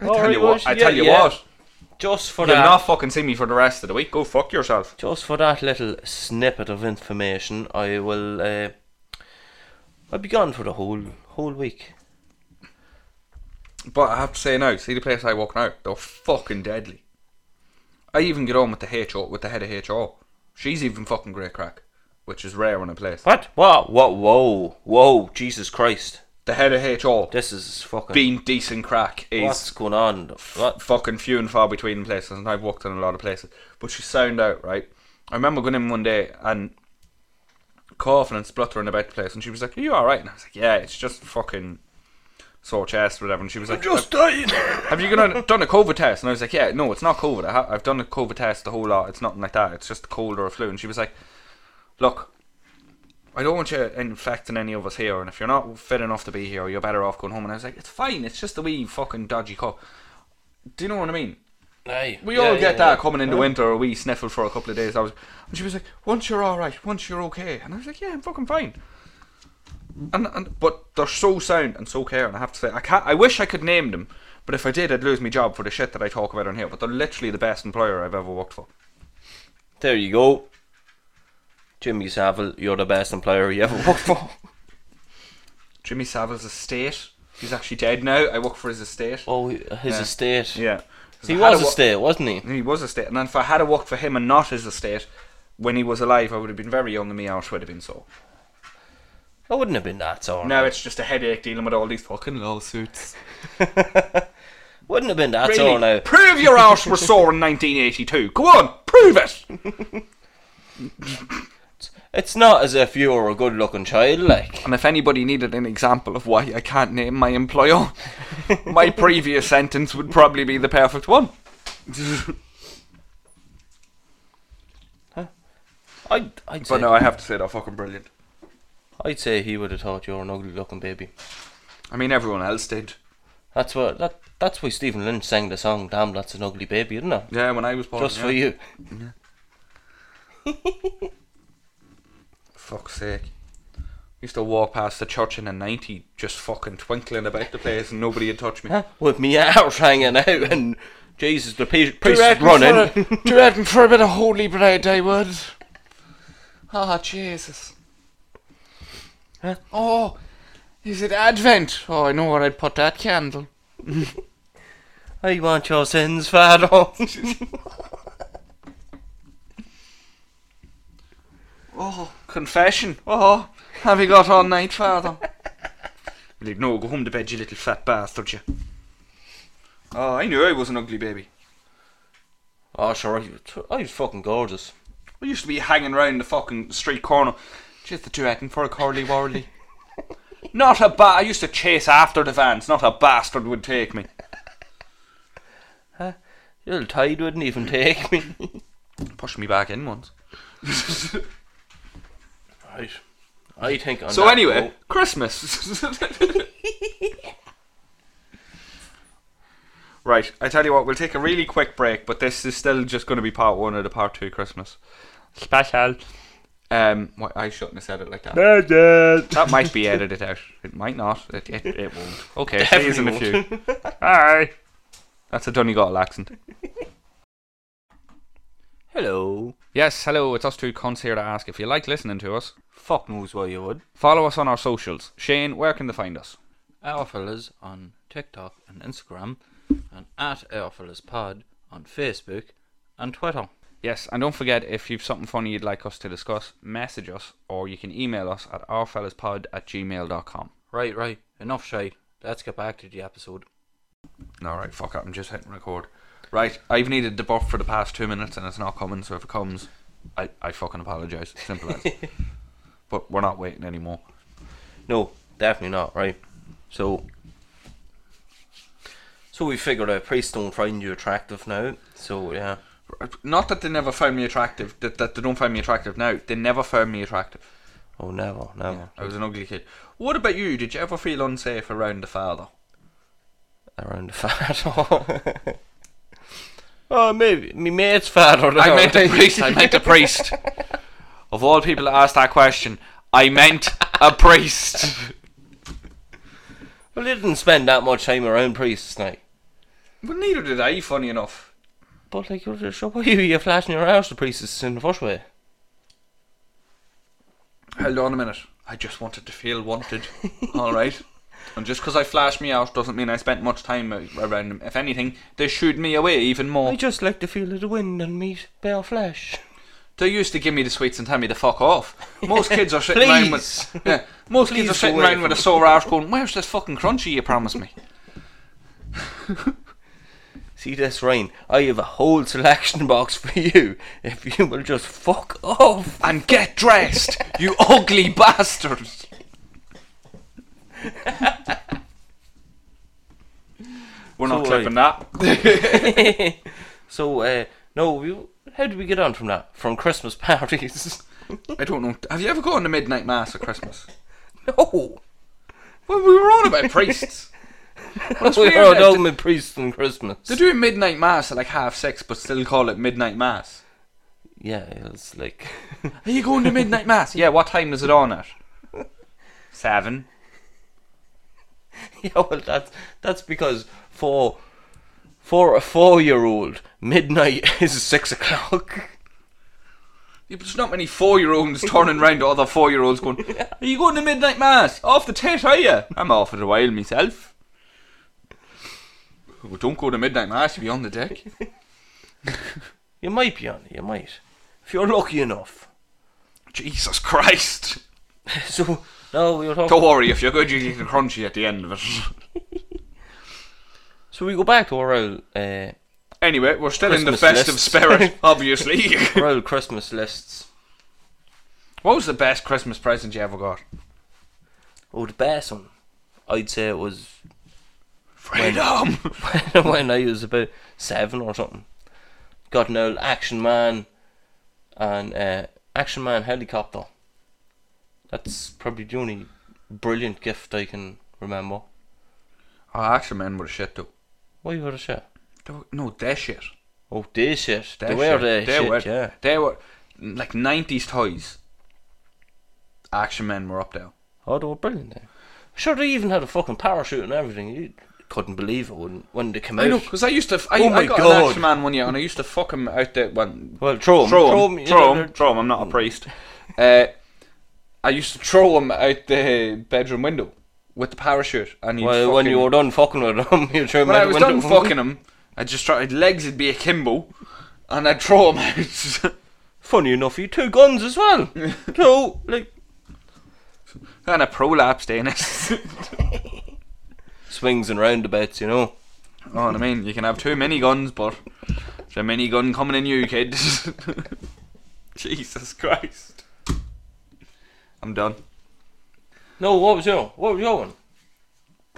I All tell right, you well, what. I yeah, tell you yeah. what. Just for You'll that. not fucking see me for the rest of the week. Go fuck yourself. Just for that little snippet of information, I will. Uh, I'll be gone for the whole whole week. But I have to say now, see the place I walk now, they're fucking deadly. I even get on with the HO, with the head of HO. She's even fucking great crack, which is rare in a place. What? What? What? Whoa! Whoa! Jesus Christ! The head of HO, This is fucking. being decent crack, what's is going on? What? fucking few and far between in places, and I've walked in a lot of places. But she's sound out, right? I remember going in one day and coughing and spluttering about the place, and she was like, Are you alright? And I was like, Yeah, it's just fucking sore chest, whatever. And she was like, dying. have you gonna, done a COVID test? And I was like, yeah, no, it's not COVID. I ha- I've done a COVID test the whole lot. It's nothing like that. It's just a cold or a flu. And she was like, look, I don't want you infecting any of us here. And if you're not fit enough to be here, you're better off going home. And I was like, it's fine. It's just a wee fucking dodgy cough. Do you know what I mean? Aye. We yeah, all yeah, get yeah. that coming into winter, or we sniffled for a couple of days. I was, and she was like, "Once you're all right, once you're okay," and I was like, "Yeah, I'm fucking fine." And, and but they're so sound and so caring. I have to say, I can't. I wish I could name them, but if I did, I'd lose my job for the shit that I talk about on here. But they're literally the best employer I've ever worked for. There you go. Jimmy Savile, you're the best employer you ever worked [laughs] for. Jimmy Savile's estate. He's actually dead now. I work for his estate. Oh, his Yeah. estate. Yeah, He I had was a wa- estate, wasn't he? He was estate, and if I had a worked for him and not his estate, when he was alive, I would have been very young, and me arse would have been so. I wouldn't have been that sore. Now it's just a headache dealing with all these fucking lawsuits. Wouldn't have been that sore now. Prove your arse was sore in 1982. Go on, prove it. It's not as if you were a good looking child, like. And if anybody needed an example of why I can't name my employer, my previous sentence would probably be the perfect one. I'd, I'd, say, But no, I have to say they're fucking brilliant. I'd say he would have thought you were an ugly looking baby. I mean, everyone else did. That's what that that's why Stephen Lynch sang the song Damn That's an Ugly Baby, isn't it? Yeah, when I was born. Just Oh, yeah. for you. Fuck's sake. Used to walk past the church in the 90 just fucking twinkling about the place and nobody had touched me. With me arse hanging out [laughs] and Jesus the pe- priest reckon running. For a, do you reckon for a bit of holy bread I would? Ah, Jesus. Huh? Oh, is it Advent? Oh, I know where I'd put that candle. [laughs] I want your sins, Father. [laughs] Oh, confession. Oh, have you got all night, Father? Well, no, go home to bed, you little fat bastard, you. Oh, I knew I was an ugly baby. oh sure, I, I was fucking gorgeous. We used to be hanging round the fucking street corner. Just the duetting for a curly [laughs] whirly. not a ba- I used to chase after the vans. Not a bastard would take me. Your little tide wouldn't even take [laughs] me. Pushed me back in once. right. I think on So that anyway, note- [laughs] Christmas. right, I tell you what, we'll take a really quick break, but this is still just going to be part one of the part two Christmas special. Um, why I shouldn't have said it like that. that might be edited out. It might not. It, it, it won't. [laughs] Okay, see you in a Definitely few. [laughs] Bye. That's a Donegal accent. Hello. Yes, hello, it's us two cons here to ask if you like listening to us. Fuck knows why you would. Follow us on our socials. Shane, where can they find us? Ourfellas on TikTok and Instagram, and at Ourfellas Pod on Facebook and Twitter. Yes, and don't forget if you've something funny you'd like us to discuss, message us or you can email us at ourfellaspod at gmail.com. Right, right. Enough shite. Let's get back to the episode. Alright, fuck it, I'm just hitting record. Right, I've needed the buff for the past two minutes and it's not coming, so if it comes, I, I fucking apologise. Simple as. but we're not waiting anymore. No, definitely not, right? So So we figured out priests don't find you attractive now. So yeah. Not that they never found me attractive, that, that they don't find me attractive now. They never found me attractive. Oh never, never. I was an ugly kid. What about you? Did you ever feel unsafe around the father? Around the fat. [laughs] oh maybe me mate's [laughs] father. I meant the priest. I meant a [laughs] priest. Of all people that asked that question, I meant a priest. Well they didn't spend that much time around priests now. [laughs] Well, neither did I, funny enough. But like you're so [laughs] why are you flashing your arse to priests in the first way? Hold on a minute. I just wanted to feel [laughs] wanted. all right. And just because I flashed me out doesn't mean I spent much time a- around them. If anything, they shooed me away even more. I just like the feel of the wind and meat bare flesh. They used to give me the sweets and tell me to fuck [laughs] off. Most kids are sitting around with yeah, most kids are Please go sitting away around from with a me. sore arse going, "Where's this fucking crunchy you promised me?" See this rain? I have a whole selection box [laughs] for you if you will just fuck [laughs] off. and get dressed, you [laughs] ugly bastards. We're not So, clipping that. [laughs] So uh no we, how did we get on from that? From Christmas [laughs] parties. I don't know. Have you ever gone to midnight mass at Christmas? no. Well, we were on about priests. That's [laughs] we weird, were all yeah. down with priests on Christmas. They do midnight mass at like half six, but still call it midnight mass. yeah, it's like Are you going to midnight mass? Yeah. What time is it on [laughs] at? Seven. [laughs] Yeah, well that's that's because for for a four year old, midnight [laughs] is six o'clock. [laughs] Yeah, but There's not many four-year-olds turning round to other four-year-olds going, "Are you going to midnight mass? Off the tit, are you?" I'm off it a while myself. Well, don't go to midnight mass if you're on the deck. You might be on it, you might. If you're lucky enough. [laughs] Jesus Christ! So no, we were talking Don't worry, if you're good, you get a crunchy at the end of it. So we go back to our old, uh, Anyway, we're still in the Christmas festive lists. [laughs] spirit, obviously. [laughs] our old Christmas lists. what was the best Christmas present you ever got? Oh, the best one, I'd say it was [laughs] Freedom. [laughs] when I was about seven or something. Got an old Action Man and uh, Action Man helicopter. That's probably the only brilliant gift I can remember. Oh, actually, men were shit though. Why were they shit? They were- No, they shit. Oh, they shit. They, They were shit. they, shit, were, yeah. They were like nineties toys. Action men were up there. Oh, they were brilliant. They. Sure, they even had a fucking parachute and everything. You couldn't believe it when, when they came I out. know, because I used to. I, Oh my I got God. an action man one year, and I used to fuck him out there. When, Well, throw them. throw him, you throw know, Hmm. him, throw him. I'm not a priest. Uh, I used to throw him out the bedroom window with the parachute, and he'd Well, when fucking- you were done fucking with them, [laughs] you threw him when out I the was window. [laughs] done fucking him, I just tried legs would be akimbo, and I'd throw him out. [laughs] Funny enough, he two guns as well. so, like, and a prolapsed anus. [laughs] you swings and roundabouts, you know. know what I mean? You can have two mini guns, but there's a mini gun coming in you, kids. [laughs] Jesus Christ! I'm done. No, what was your what was your one?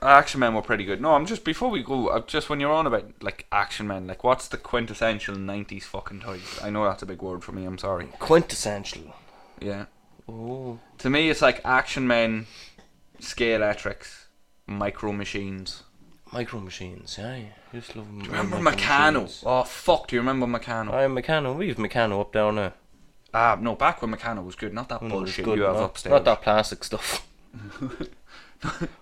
Action Men were pretty good. No, I'm just before we go, uh, just when you're on about like Action Men, like what's the quintessential '90s fucking toys? I know that's a big word for me. I'm sorry. Quintessential. Yeah, Oh, to me it's like Action Men, Scale Electrics, Micro Machines. micro machines. Yeah, I used to love them. Remember Meccano? Oh fuck, do you remember Meccano? I'm Meccano. We've Meccano up down now. Ah, no, back when Meccano was good, not that When it was bullshit good, you have not, upstairs. Not that plastic stuff. [laughs]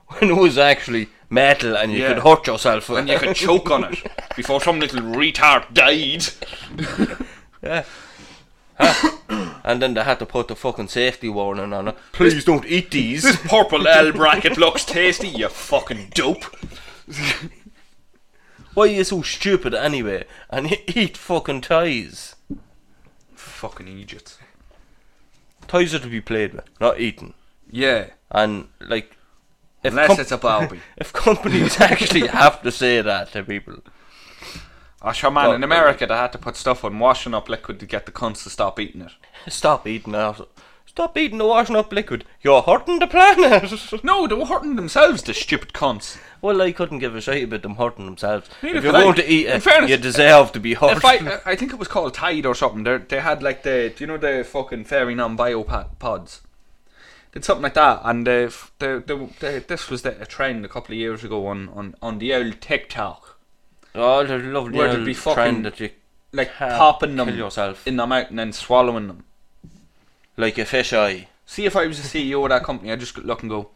when it was actually metal and you Yeah. could hurt yourself. with And you it. could choke on it before some little retard died. yeah. Huh? [laughs] and then they had to put the fucking safety warning on it. Please don't eat these. [laughs] This purple L bracket looks tasty, you fucking [laughs] dope. Why are you so stupid anyway? And you eat fucking ties. Fucking Egypt. Ties are to be played with, not eaten. Yeah. And like, if Unless com- it's a [laughs] Barbie. if [laughs] companies actually have to say that to people, I sure, man, Well, in America they had to put stuff on washing up liquid to get the cunts to stop eating it. stop eating that. Stop eating the washing up liquid. You're hurting the planet. [laughs] No, they were hurting themselves, the stupid cunts. well, I couldn't give a shit about them hurting themselves. Neither if you're could I. going to eat In it, fairness, you deserve to be hurt. If [laughs] [laughs] I, I think it was called Tide or something. They they had like the, do you know the fucking fairy non-bio pa- pods? Did something like that, and they, f- they, they, they, this was the, a trend a couple of years ago on on on the old TikTok, oh, there's a lovely Where Where to be be fucking- trend that you like Can't popping them kill yourself. in the mouth and then swallowing them. like a fisheye. See if I was the CEO of that company, I'd just look and go,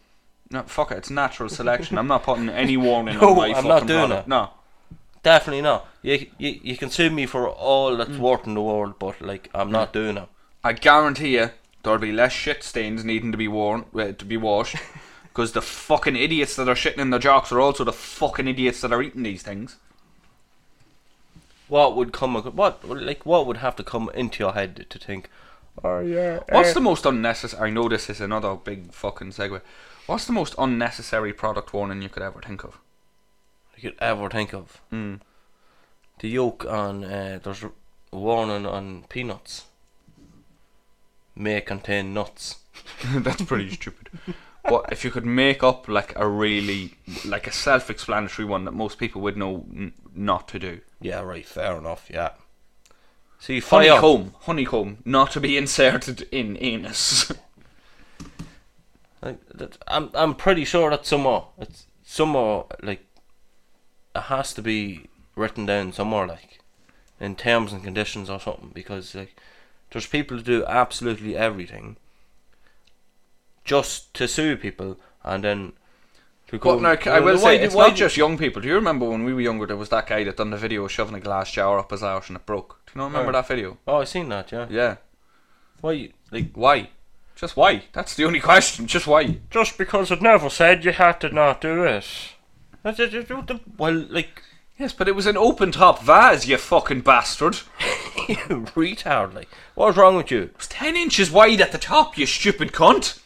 no, fuck it, it's natural selection. I'm not putting [laughs] any warning No, on my I'm fucking not doing product. it. No. Definitely not. You, you you can sue me for all that's worth in the world, but like I'm not doing it. I guarantee you, there'll be less shit stains needing to be worn uh, to be [laughs] washed, because the fucking idiots that are shitting in their jocks are also the fucking idiots that are eating these things. What would come? ac- What like what would have to come into your head to think? Oh yeah. What's the most unnecessary? I know this is another big fucking segue. What's the most unnecessary product warning you could ever think of? you could ever think of. Mm. The yolk on uh, there's a warning on peanuts. May contain nuts. [laughs] That's pretty stupid. But if you could make up like a really like a self-explanatory one that most people would know n- not to do. Yeah, right. Fair enough. Yeah. See, fire. Honeycomb, honeycomb, not to be inserted in anus. Like, that, I'm I'm pretty sure that somewhere it's somewhere like it has to be written down somewhere like in terms and conditions or something because like there's people who do absolutely everything just to sue people and then to go. But no, c- I will why say do- it's why not do- just young people. Do you remember when we were younger? There was that guy that done the video shoving a glass jar up his arse and it broke. Do you not remember that video? Oh, I seen that. Yeah. Yeah. Why? you- Like Why? Just why? That's the only [laughs] question. Just why? just because it never said you had to not do it. Well, like [coughs] Yes, but it was an open top vase, you fucking bastard. It you retard. Like what's wrong with you? was ten inches wide at the top, you stupid cunt.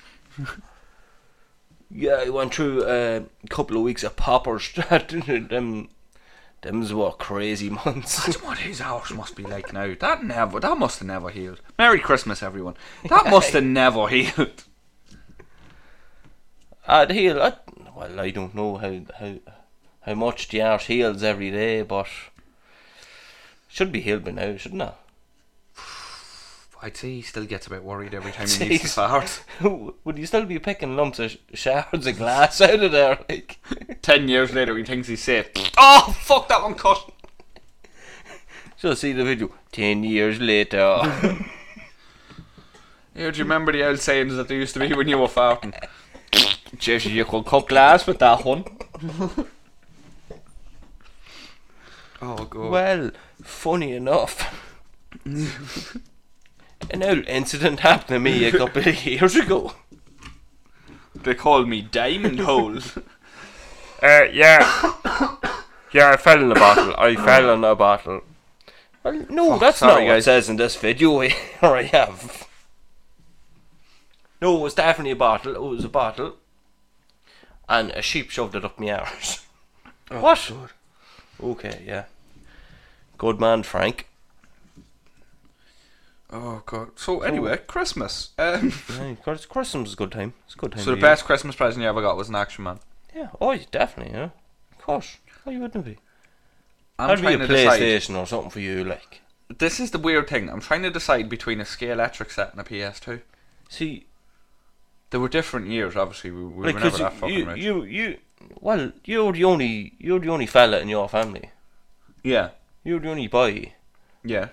Yeah, I went through uh, a couple of weeks of [laughs] poppers. them, them's were crazy [laughs] months. That's what his arse must be like now. That never, that must have never healed. Merry Christmas, everyone. [laughs] That must have never healed. I'd heal. I, well, I don't know how how how much the arse heals every day, but should be healed by now, shouldn't [laughs] it? I'd say he still gets a bit worried every time he needs [laughs] Jeez. to fart. Would you still be picking lumps of sh- shards of glass [laughs] out of there? Like, Ten years later, he thinks he's safe. Oh, fuck that one cut. so see the video. Ten years later. [laughs] Yeah, do you remember the old sayings that there used to be when you were [laughs] farting? Jesus, you could cut glass with that one. [laughs] oh god. well, funny enough, an old incident happened to me a couple of [laughs] years ago. They call me Diamond [laughs] Hole. Uh, yeah. yeah, I fell in a bottle. [coughs] I fell in a bottle. Well, no, Fuck, that's not sorry, what it guys. says in this video. [laughs] or I have. No, it was definitely a bottle. It was a bottle. And a sheep shoved it up my [laughs] arse. what? Okay, yeah. Good man, Frank. oh god. So anyway, Christmas. Um, Yeah, of course, Christmas is a good time. It's a good time. so of the year. best Christmas present you ever got was an Action Man. Yeah, oh, yeah, definitely, yeah. Of course. Why wouldn't it be? I'm That'd be trying a to decide. PlayStation or something for you, like. This is the weird thing. I'm trying to decide between a Scale Electric set and a PS2. See, They were different years, obviously. We, we were never Because that fucking you, rich. you, you, well, you're the only, you're the only fella in your family. yeah, You're the only boy. yeah.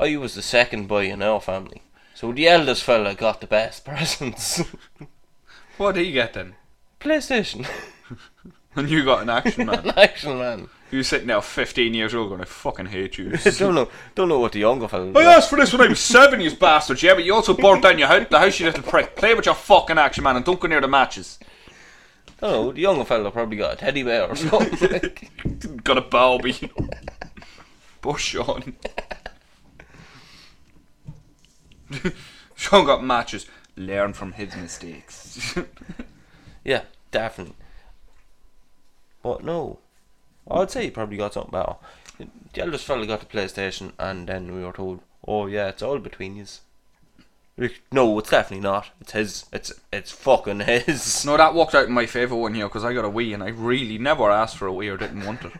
I was the second boy in our family, so the eldest fella got the best [laughs] presents. What do you get then? [laughs] PlayStation. And you got an action [laughs] man. Action man. you sitting there 15 years old going, I fucking hate you. [laughs] don't know. Don't know what the younger fella. [laughs] I asked for this when I was seven, you bastards, yeah, but you also burnt down your house, the house, you little prick. Play with your fucking action man and don't go near the matches. don't know. The younger fella probably got a teddy bear or [laughs] something. [laughs] Got a Barbie. [laughs] Poor Sean. [laughs] Sean got matches. Learn from his mistakes. [laughs] yeah, definitely. But no, I'd say he probably got something better. The eldest fella got the PlayStation, and then we were told, "Oh yeah, it's all between yous." Like, no, it's definitely not. It's his. It's it's fucking his. [laughs] no, that worked out in my favour one year because I got a Wii and I really never asked for a Wii or didn't want it.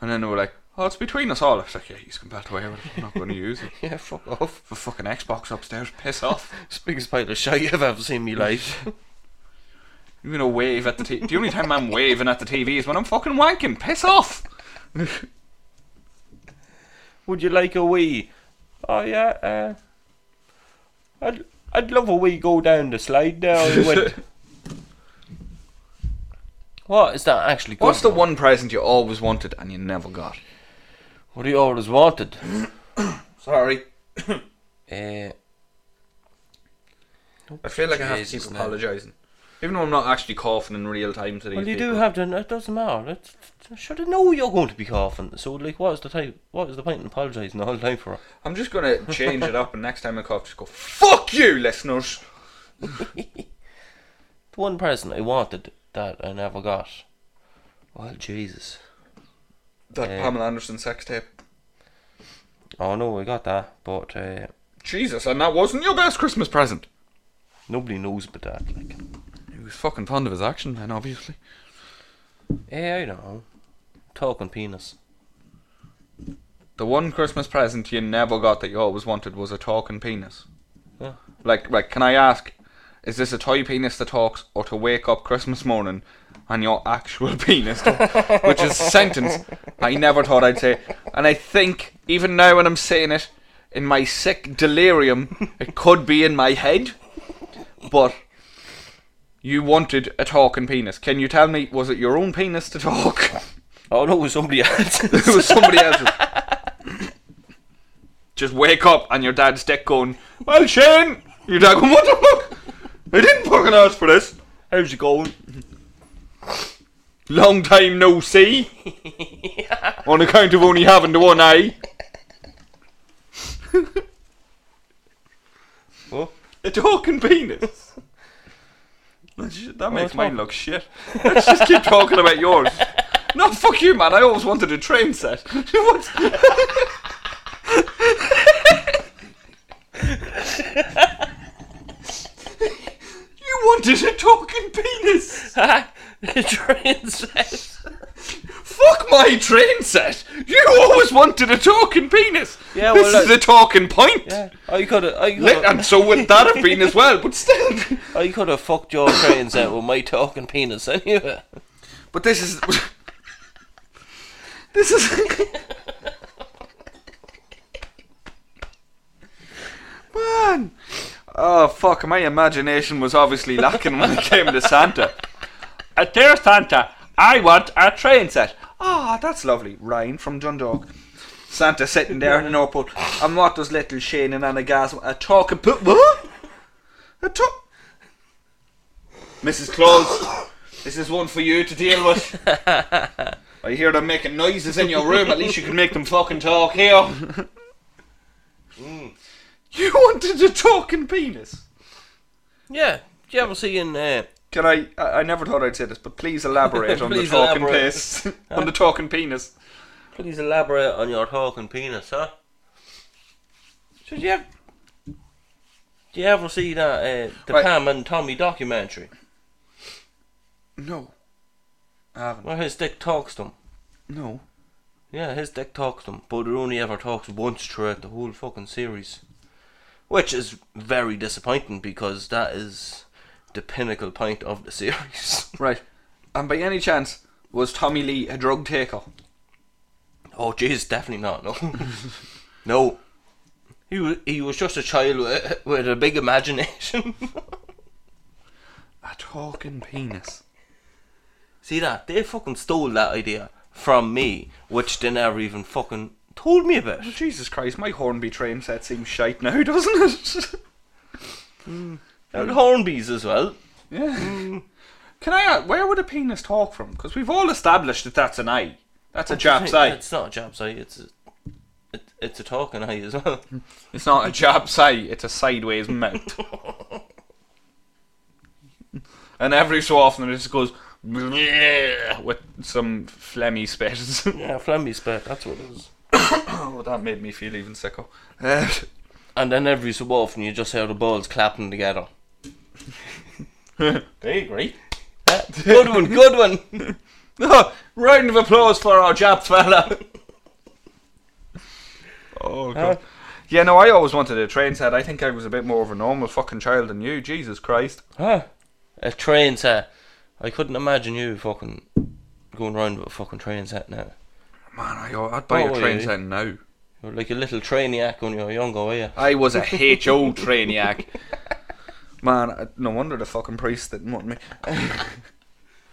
And then they were like, oh, it's between us all. I was like, yeah, he's compelled to wear it. I'm not going to use it. [laughs] Yeah, fuck off. The fucking Xbox upstairs, piss off. It's the biggest pile of shit I've ever seen in my life. [laughs] You know, wave at the TV. The only time I'm waving at the TV is when I'm fucking wanking. Piss [laughs] off. Would you like a Wii? Oh yeah, uh, I'd I'd love a Wii go down the slide [laughs] there. I went. what is that actually? Good? What's the one present you always wanted and you never got? What do you always wanted? Sorry. Uh, I feel like I have to Jesus, keep no. apologising. Even though I'm not actually coughing in real time today. well, you do have to. It doesn't matter. It's, I should have known you're going to be coughing. So, like, what is the type? What is the point in apologising the whole time for? I'm just [laughs] going to change it up and next time I cough, just go, fuck you, listeners. The one person I wanted that I never got. Well, Jesus. That Eh. Pamela Anderson sex tape. Oh no, I got that, but uh, Jesus, and that wasn't your best Christmas present. nobody knows about that. Like, He was fucking fond of his action then, obviously. yeah, Eh, I know. Talking penis. The one Christmas present you never got that you always wanted was a talking penis. Yeah. Like, like, can I ask, is this a toy penis that talks, or to wake up Christmas morning and your actual [laughs] penis, to- which is a sentence I never thought I'd say, and I think even now when I'm saying it, in my sick delirium, it could be in my head, but you wanted a talking penis. Can you tell me, was it your own penis to talk? [laughs] Oh no, [laughs] it was somebody else's. it was somebody else's. Just wake up and your dad's dick going, Well, Shane! Your dad going, What the fuck? I didn't fucking ask for this. How's it going? Long time no see. On account of only having the one eye. Oh, [laughs] A talking penis. [laughs] That sh- That makes it's mine not- look shit. Let's just keep talking about yours. No, fuck you, man. I always wanted a train set. [laughs] what? you wanted a talking penis. Translate. Fuck my train set. You always wanted a talking penis. Yeah, this well, is a talking point. Yeah, I could have. I Lit- could. And so would that [laughs] have been as well, but still. I could have fucked your brains out with my talking penis anyway. But this is. this is. Man! Oh, fuck, my imagination was obviously lacking when it came to Santa. Uh, dear Santa, I want a train set. Ah, that's lovely. Ryan from Dundalk. Santa sitting there in an airport. And what does little Shane and Anna Gas a talking put? What? A talk. Mrs. Claus, this is one for you to deal [laughs] with. I hear them making noises in your room. At least you can make them fucking talk here. Hmm. You wanted a talking penis. Yeah. Do you ever see in uh, Can I, I? I never thought I'd say this, but please [laughs] elaborate on Please the talking elaborate. piss, [laughs] on the talking penis. Please elaborate on your talking penis, huh? So do you ever, do you ever see that uh, the Right. Pam and Tommy documentary No, I haven't. where his dick talks to him? No. Yeah, his dick talks to him, but it only ever talks once throughout the whole fucking series, which is very disappointing because that is the pinnacle point of the [laughs] series. Right. And by any chance, was Tommy Lee a drug taker? oh, jeez, definitely not. No, [laughs] no. He was, he was just a child with, with a big [laughs] imagination. A talking penis. See that? They fucking stole that idea from me, which they never even fucking told me about. Jesus Christ, my Hornby train set seems shite now, [laughs] doesn't it? And Hornby's as well. yeah. Can I? a- Where would a penis talk from? Because we've all established that that's an eye. That's a [laughs] Jap's eye. It's not a Jap's eye. It's a, it, it's a talking eye as [laughs] well. It's not a Jap's eye. It's a sideways mouth. and every so often it just goes with some phlegmy [laughs] spits. yeah, Flamby spec. That's what it is. oh, that made me feel even sicker. Uh, And then every so often you just hear the balls clapping together. they agree. Yeah, good one. Good one. [laughs] Oh, [laughs] round of applause for our Jap fella. [laughs] oh, God. yeah, no, I always wanted a train set. I think I was a bit more of a normal fucking child than you. Jesus Christ. Huh? A train set. I couldn't imagine you fucking going round with a fucking train set now. Man, I, I'd buy Oh, a train yeah. set now. You're like a little trainiac when you were younger, were you? I was a [laughs] HO trainiac. Man, I- no wonder the fucking priest didn't want me.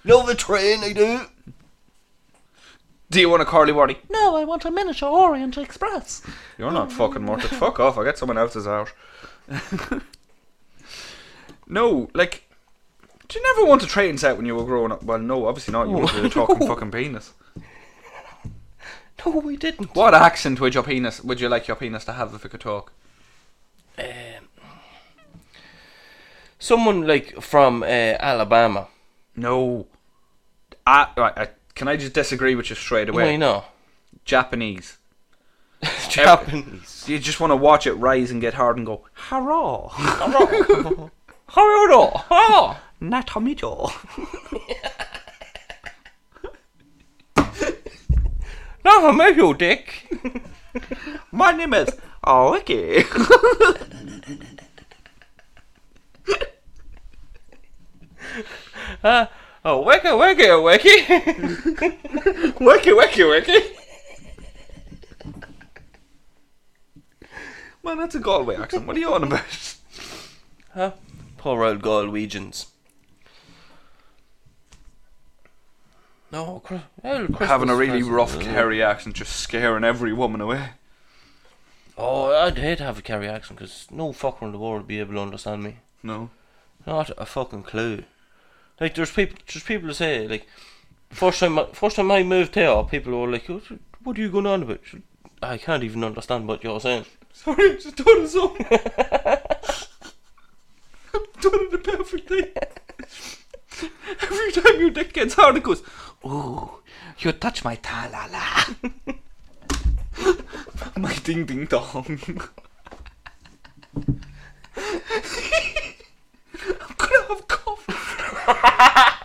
Love a train, I do. Do you want a Carly Warty? [laughs] No, I want a miniature Orient Express. You're not fucking worth it. Fuck off. I'll get someone else's out. [laughs] no, like, do you never want a train set when you were growing up? Well, no, obviously not. You wanted a [laughs] talking fucking penis. No, we didn't. What accent would your penis would you like your penis to have if it could talk? Someone like from uh, Alabama. No. I, right, I, can I just disagree with you straight away? Why not? [laughs] [laughs] Japanese. Japanese. You just want to watch it rise and get hard and go, [laughs] Hurrah! Harudo! Oh! Natamido. No, I'm out your dick. [laughs] My name is [laughs] Aoki. Oh, wiki, wiki, wiki. [laughs] Wiki wiki wiki. Man, that's a Galway accent. What are you on about? huh? Poor old Galwegians. No, Chris, Having a really rough Kerry accent, just scaring every woman away. Oh, I'd hate to have a Kerry accent because no fucker in the world would be able to understand me. No. Not a fucking clue. Like there's people, there's people who say like, first time, I, first time I moved here, people were like, "What- "What are you going on about?" I can't even understand what you're saying. Sorry, [laughs] I just done something. I've done it perfectly. Every time your dick gets hard, it goes, Ooh, you touch my ta la la. [laughs] my ding ding dong. I'm gonna have cough.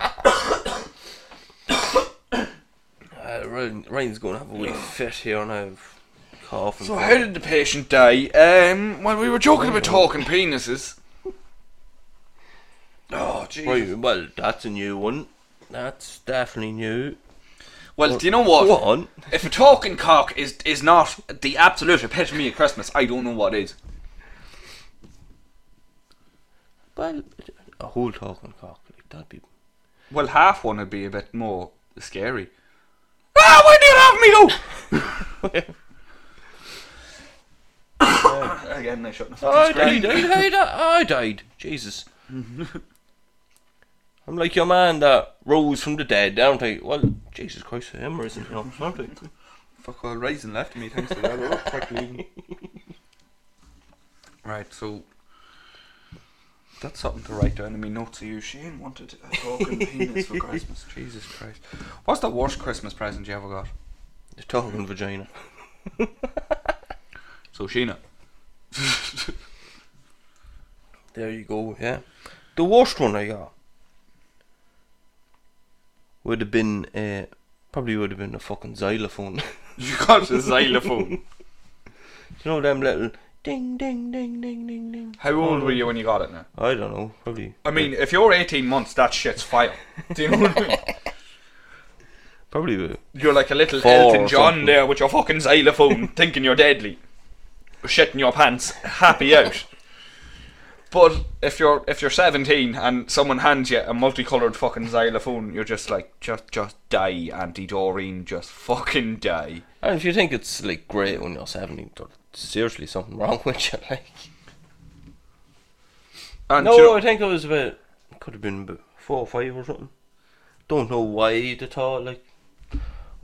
Uh, Ryan, Ryan's going to have a wee fit here now. Coughing. So, how did the patient die? Um, well, we were joking about talking penises. Oh, Jesus. Right, well, that's a new one. That's definitely new. Well, do you know Go on. If a talking cock is is not the absolute epitome of Christmas, I don't know what is. Well, a whole talking cock. Like, that'd be. Well, half one would be a bit more scary. [laughs] Ah, why do you have me go? [coughs] Again, they shouldn't have I fucking died, screamed. I died, I died. Jesus. I'm like your man that rose from the dead, don't I? Well, Jesus Christ, I am risen from [laughs] the dead. Fuck all raisin left to me, thanks to that. Oh, We're up quickly. Right, so that's something to write down in me notes of you. Shane wanted a talking [laughs] penis for Christmas. Jesus Christ. What's the worst Christmas present you ever got? The talking vagina. So Sheena. There you go, yeah. The worst one I got would have been, uh, probably would have been a fucking xylophone. [laughs] You got a xylophone. you know them little ding, ding, ding, ding, ding, ding. How old were you when you got it now? I don't know, probably. I mean, if you're 18 months, that shit's fire. Do you know what [laughs] I mean? Probably were. You're like a little Four Elton or John something. there with your fucking [laughs] xylophone, thinking you're deadly. Shitting your pants, happy out. But if you're if you're 17 and someone hands you a multicolored fucking xylophone, you're just like just just die, Auntie Doreen, just fucking die. And if you think it's like great when you're 17, there's seriously something wrong [laughs] with you. Like, And no, you know- I think it was about could have been about four or five or something. Don't know why they thought like,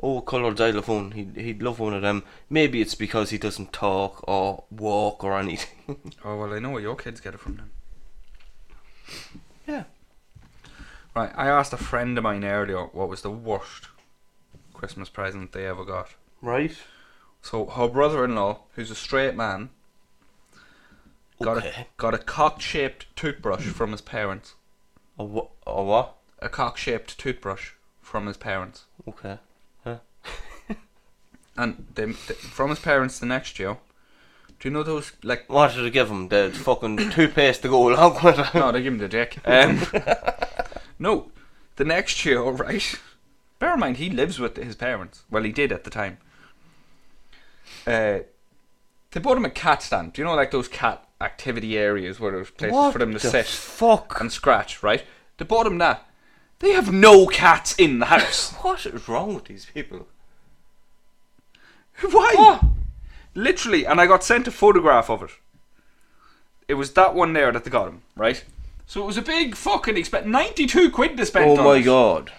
oh, coloured xylophone. He'd he'd love one of them. Maybe it's because he doesn't talk or walk or anything. [laughs] oh well, I know where your kids get it from then. yeah. Right, I asked a friend of mine earlier what was the worst Christmas present they ever got. Right. So her brother-in-law, who's a straight man, got Okay. a got a cock-shaped toothbrush from his parents. A what? A what? A cock-shaped toothbrush from his parents, Okay. and they, they from his parents the next year. Do you know those like? What did I give him? The fucking toothpaste to go [laughs] along with [laughs] it. No, they give him the [laughs] dick. Um, [laughs] no, the next year, all right. Bear in mind, he lives with his parents. Well, he did at the time. Uh, they bought him a cat stand. Do you know, like those cat activity areas where there's places for them to the sit Fuck. and scratch, right? They bought him that. They have no cats in the [laughs] house. What is wrong with these people? Why? Literally, and I got sent a photograph of it. It was that one there that they got him, right? So it was a big fucking expense. 92 quid to spend Oh on my it, god.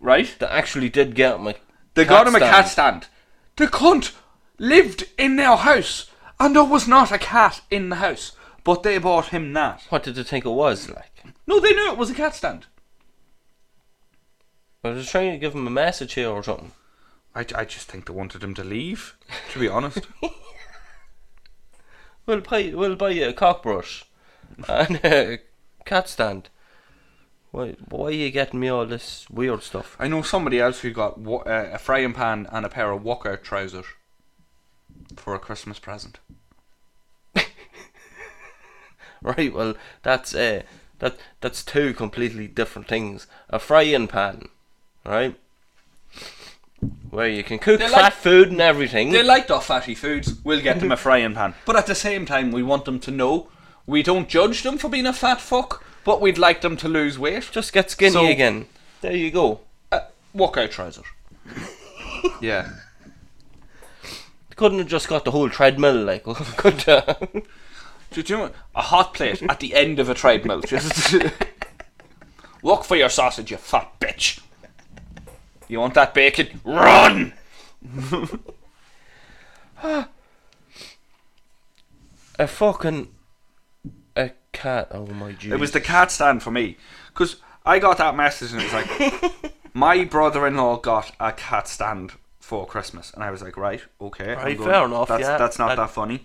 Right? They actually did get my. They got him a cat stand. The cunt lived in their house, and there was not a cat in the house. But they bought him that. What did they think it was like? No, they knew it was a cat stand. I was trying to give him a message here or something. I, I just think they wanted him to leave. To be honest, [laughs] We'll buy, we'll buy you a [laughs] cockbrush and a cat stand. Why, why are you getting me all this weird stuff? [laughs] I know somebody else who got wa- uh, a frying pan and a pair of walkout trousers for a Christmas present. Right, well, that's uh, that that's two completely different things. A frying pan, right, where you can cook They fat like- food and everything. They liked our fatty foods. We'll get [laughs] them a frying pan. But at the same time, we want them to know we don't judge them for being a fat fuck, but we'd like them to lose weight. Just get skinny So- again. There you go. Uh, walkout trousers. [laughs] yeah. Couldn't have just got the whole treadmill like, [laughs] could they? Do, do you know what? a hot plate at the end of a treadmill? [laughs] Just walk for your sausage, you fat bitch. You want that bacon? Run. [laughs] a fucking a cat. Oh my god! It was the cat stand for me, because I got that message and it was like, [laughs] my brother-in-law got a cat stand for Christmas, and I was like, right, okay, I'm Right, going- fair enough, That's, yeah. that's not I'd- that funny.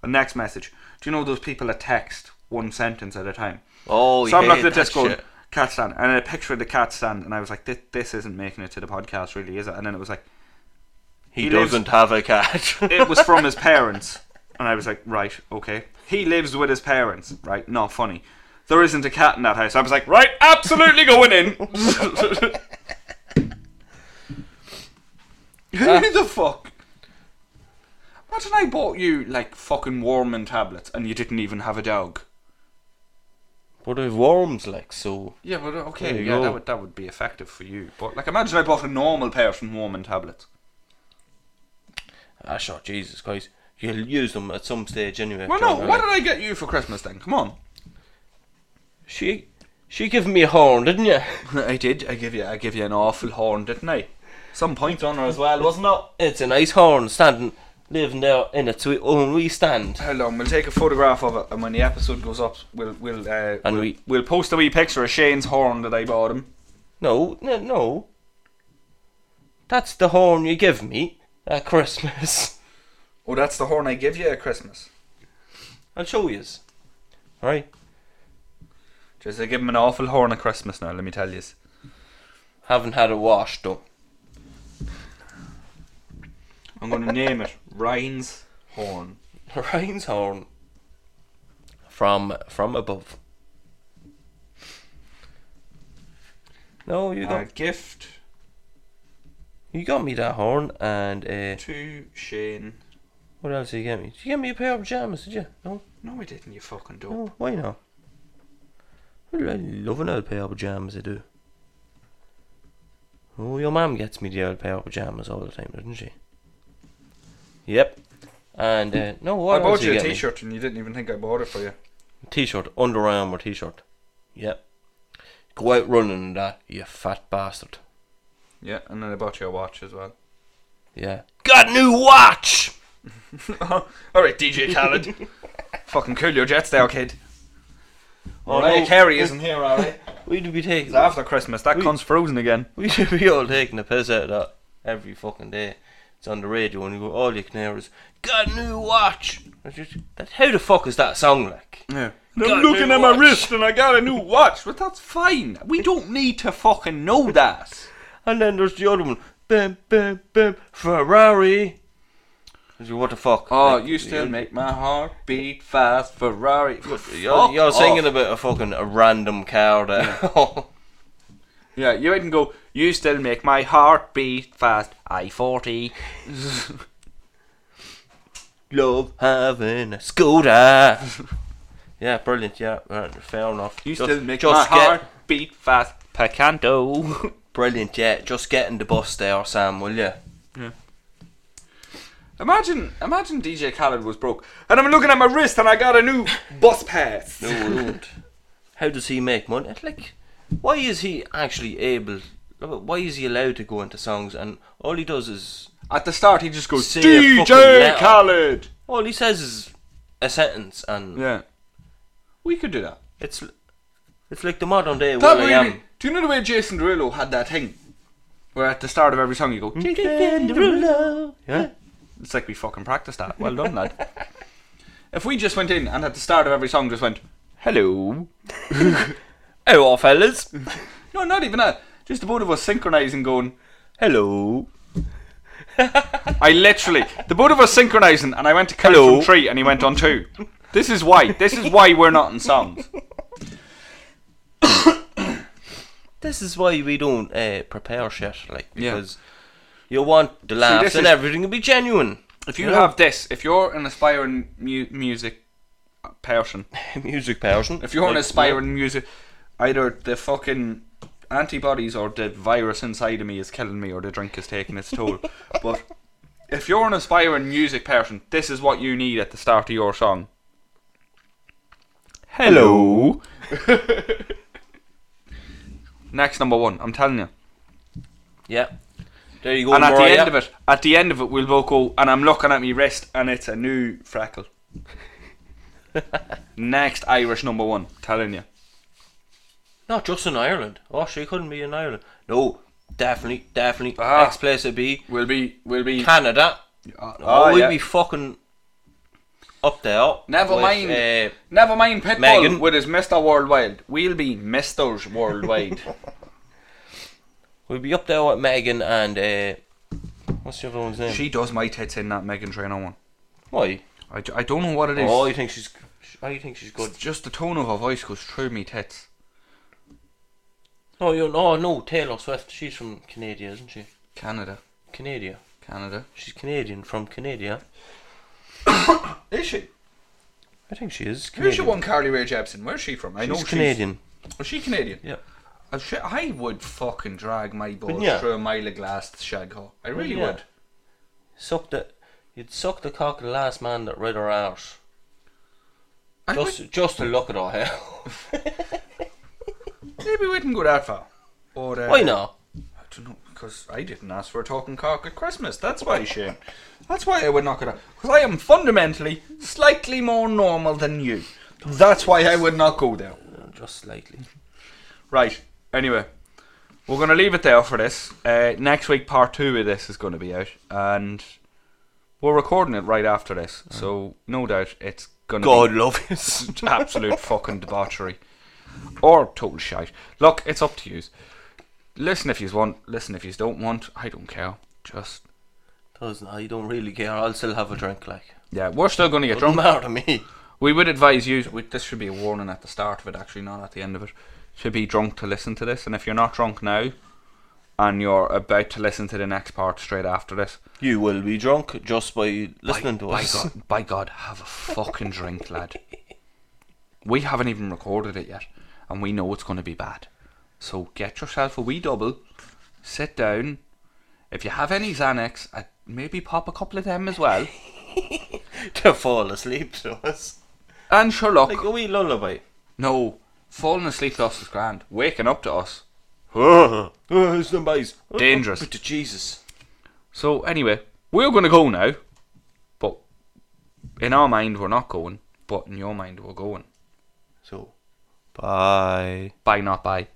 The next message. Do you know those people that text one sentence at a time? Oh, you So I'm hate looking at that this going, shit. cat stand, and a picture of the cat stand, and I was like, this, this isn't making it to the podcast, really, is it? And then it was like, He, he doesn't have a [laughs] cat. it was from his parents, and I was like, right, okay. He lives with his parents, right? Not funny. There isn't a cat in that house. I was like, right, absolutely going in. [laughs] Uh. Who the fuck? Imagine I bought you like fucking Warman tablets, and you didn't even have a dog. but it worms like so. Yeah, but There okay, you yeah, go. that would that would be effective for you. But like, imagine I bought a normal pair from Warman tablets. Ah, sure, Jesus Christ. You'll use them at some stage anyway. Well, John, no, right? what did I get you for Christmas then? Come on. She, she gave me a horn, didn't you? [laughs] I did. I give you. I give you an awful horn, didn't I? Some points on her as well, wasn't it? [laughs] It's a nice horn, standing, living there in its wee- own wee stand. Hold on, we'll take a photograph of it, and when the episode goes up, we'll we'll uh, And we'll, we- we'll post a wee picture of Shane's horn that I bought him. No, no, no. That's the horn you give me at Christmas. [laughs] Oh, that's the horn I give you at Christmas. I'll show yous. Right, Just I give him an awful horn at Christmas now. Let me tell you. haven't had a wash though. I'm [laughs] going to name it Ryan's horn. [laughs] Ryan's horn from from above. No, you A got gift you got me that horn, and uh, to Shane. what else did you get me? Did you get me a pair of pajamas? Did you? No, No, I didn't. You fucking dope. no. Why not? Well, I love an old pair of pajamas, I do. Oh, your mum gets me the old pair of pajamas all the time, doesn't she? Yep. And, uh, no, what I else bought do you a get me? T-shirt and you didn't even think I bought it for you. T-shirt, Under Armour T-shirt. Yep. Go out running and that, you fat bastard. Yeah, and then I bought you a watch as well. [laughs] Yeah. Got a new watch. All right, DJ [laughs] Khaled. Fucking cool your jets there, kid. Oh, Mariah no. Carey isn't here, are we? We'd be taking [laughs] It's after Christmas. That We- cunt's frozen again. we'd be all taking the piss out of that every fucking day. It's on the radio and you go, all you can hear is got a new watch. It's just- That, how the fuck is that song like? Yeah. Got a I'm looking new at my watch. wrist and I got a new watch, but that's fine. We don't need to fucking know that. And then there's the other one, bam, bam, bam, Ferrari. It's like, What the fuck? Oh, Like, you still you're- make my heart beat fast, Ferrari. You're, you're Fuck singing off. about a fucking a random car there. [laughs] Yeah, you wouldn't go, you still make my heart beat fast, I 40. Love having a scooter. [laughs] yeah, brilliant. Yeah, right, fair enough. You Just- still make just my get, heart beat fast, Picanto. Brilliant. Yeah, just get in the bus there, Sam. Will you? Imagine, imagine DJ Khaled was broke, and I'm looking at my wrist, and I got a new bus pass. [laughs] No, I won't. How does he make money? Like, why is he actually able? Why is he allowed to go into songs and all he does is At the start, he just goes Say a fucking DJ letter." Khaled. all he says is a sentence and Yeah, we could do that. it's it's like the modern day That Will I really, am. do you know the way Jason Derulo had that thing, where at the start of every song you go, Jason Derulo. Yeah. It's like we fucking practiced that. Well done, lad. [laughs] If we just went in and at the start of every song just went, [laughs] hello. Hello, fellas. [laughs] No, not even that. Just the both of us synchronizing, going, [laughs] Hello. I literally, the both of us synchronizing, and I went to count Hello. from three, and he went on two. This is why. This is why we're not in songs. This is why we don't uh, prepare shit, like Yeah. because you want the laughs this and is- everything to be genuine. If you have this, if you're an aspiring mu- music person, [laughs] music person, if you're an like, aspiring music, either the fucking antibodies or the virus inside of me is killing me, or the drink is taking its toll. but if you're an aspiring music person, this is what you need at the start of your song. Hello. [laughs] Next number one, I'm telling you. yeah, there you go. and at Mariah. the end of it, at the end of it, we'll both go, and I'm looking at my wrist, and it's a new [laughs] freckle. Next Irish number one, telling you. Not just in Ireland. Oh, she couldn't be in Ireland. No, definitely, definitely. Ah. Next place would be We'll be, we'll be. Canada. oh, Oh, we'd yeah. be fucking up there. Never with, mind. Uh, Never mind Pitbull Megan. with his Mr. Worldwide. We'll be Misters Worldwide. we'd be up there with Megan and uh, what's the other one's [laughs] name? she does my tits in that Megan Trainor one. Why? I, d- I don't know what it is. Oh, you think she's? Oh, you think she's good? It's just the tone of her voice goes through me tits. No, you no, no. Taylor Swift. She's from Canada, isn't she? Canada. Canada. Canada. She's Canadian from Canada. Is she? I think she is Canadian. Who's your one, Carly Rae Jepsen? Where's she from? I She's know she's Canadian. Is she Canadian? Yeah. Oh, shit, I would fucking drag my balls Wouldn't ya? through a mile of glass to shag her. I really Wouldn't ya? would. Suck the, you'd suck the cock of the last man that read her out. I Just, just to look at her [laughs] hair. would, maybe we didn't go that far. Or, uh, Why not? I don't know, because I didn't ask for a talking cock at Christmas. That's why, Shane. That's why I would not go down. Because I am fundamentally slightly more normal than you. That's why I would not go there. Just slightly. Right, anyway. We're going to leave it there for this. Uh, next week, part two of this is going to be out. And we're recording it right after this. So, no doubt, it's going to be love us. absolute fucking debauchery. Or total shite. Look, it's up to yous. Listen if yous want, listen if yous don't want. I don't care. Just [laughs] Doesn't I don't really care. I'll still have a drink. Like yeah, we're still going to get don't drunk. matter to me. We would advise you. We, this should be a warning at the start of it, actually, not at the end of it. Should be drunk to listen to this, and if you're not drunk now, and you're about to listen to the next part straight after this, You will be drunk just by listening to by us. God, by God, have a fucking drink, lad. We haven't even recorded it yet, and we know it's going to be bad. So get yourself a wee double, sit down. If you have any Xanax, i maybe pop a couple of them as well. [laughs] to fall asleep to us. And sure luck. Like oh. a wee [laughs] lullaby. No, falling asleep to us is grand. Waking up to us. Oh, it's the [laughs] maze. Dangerous. But to Jesus. So anyway, we're going to go now. But in our mind, we're not going. But in your mind, we're going. So, bye. Bye, not bye.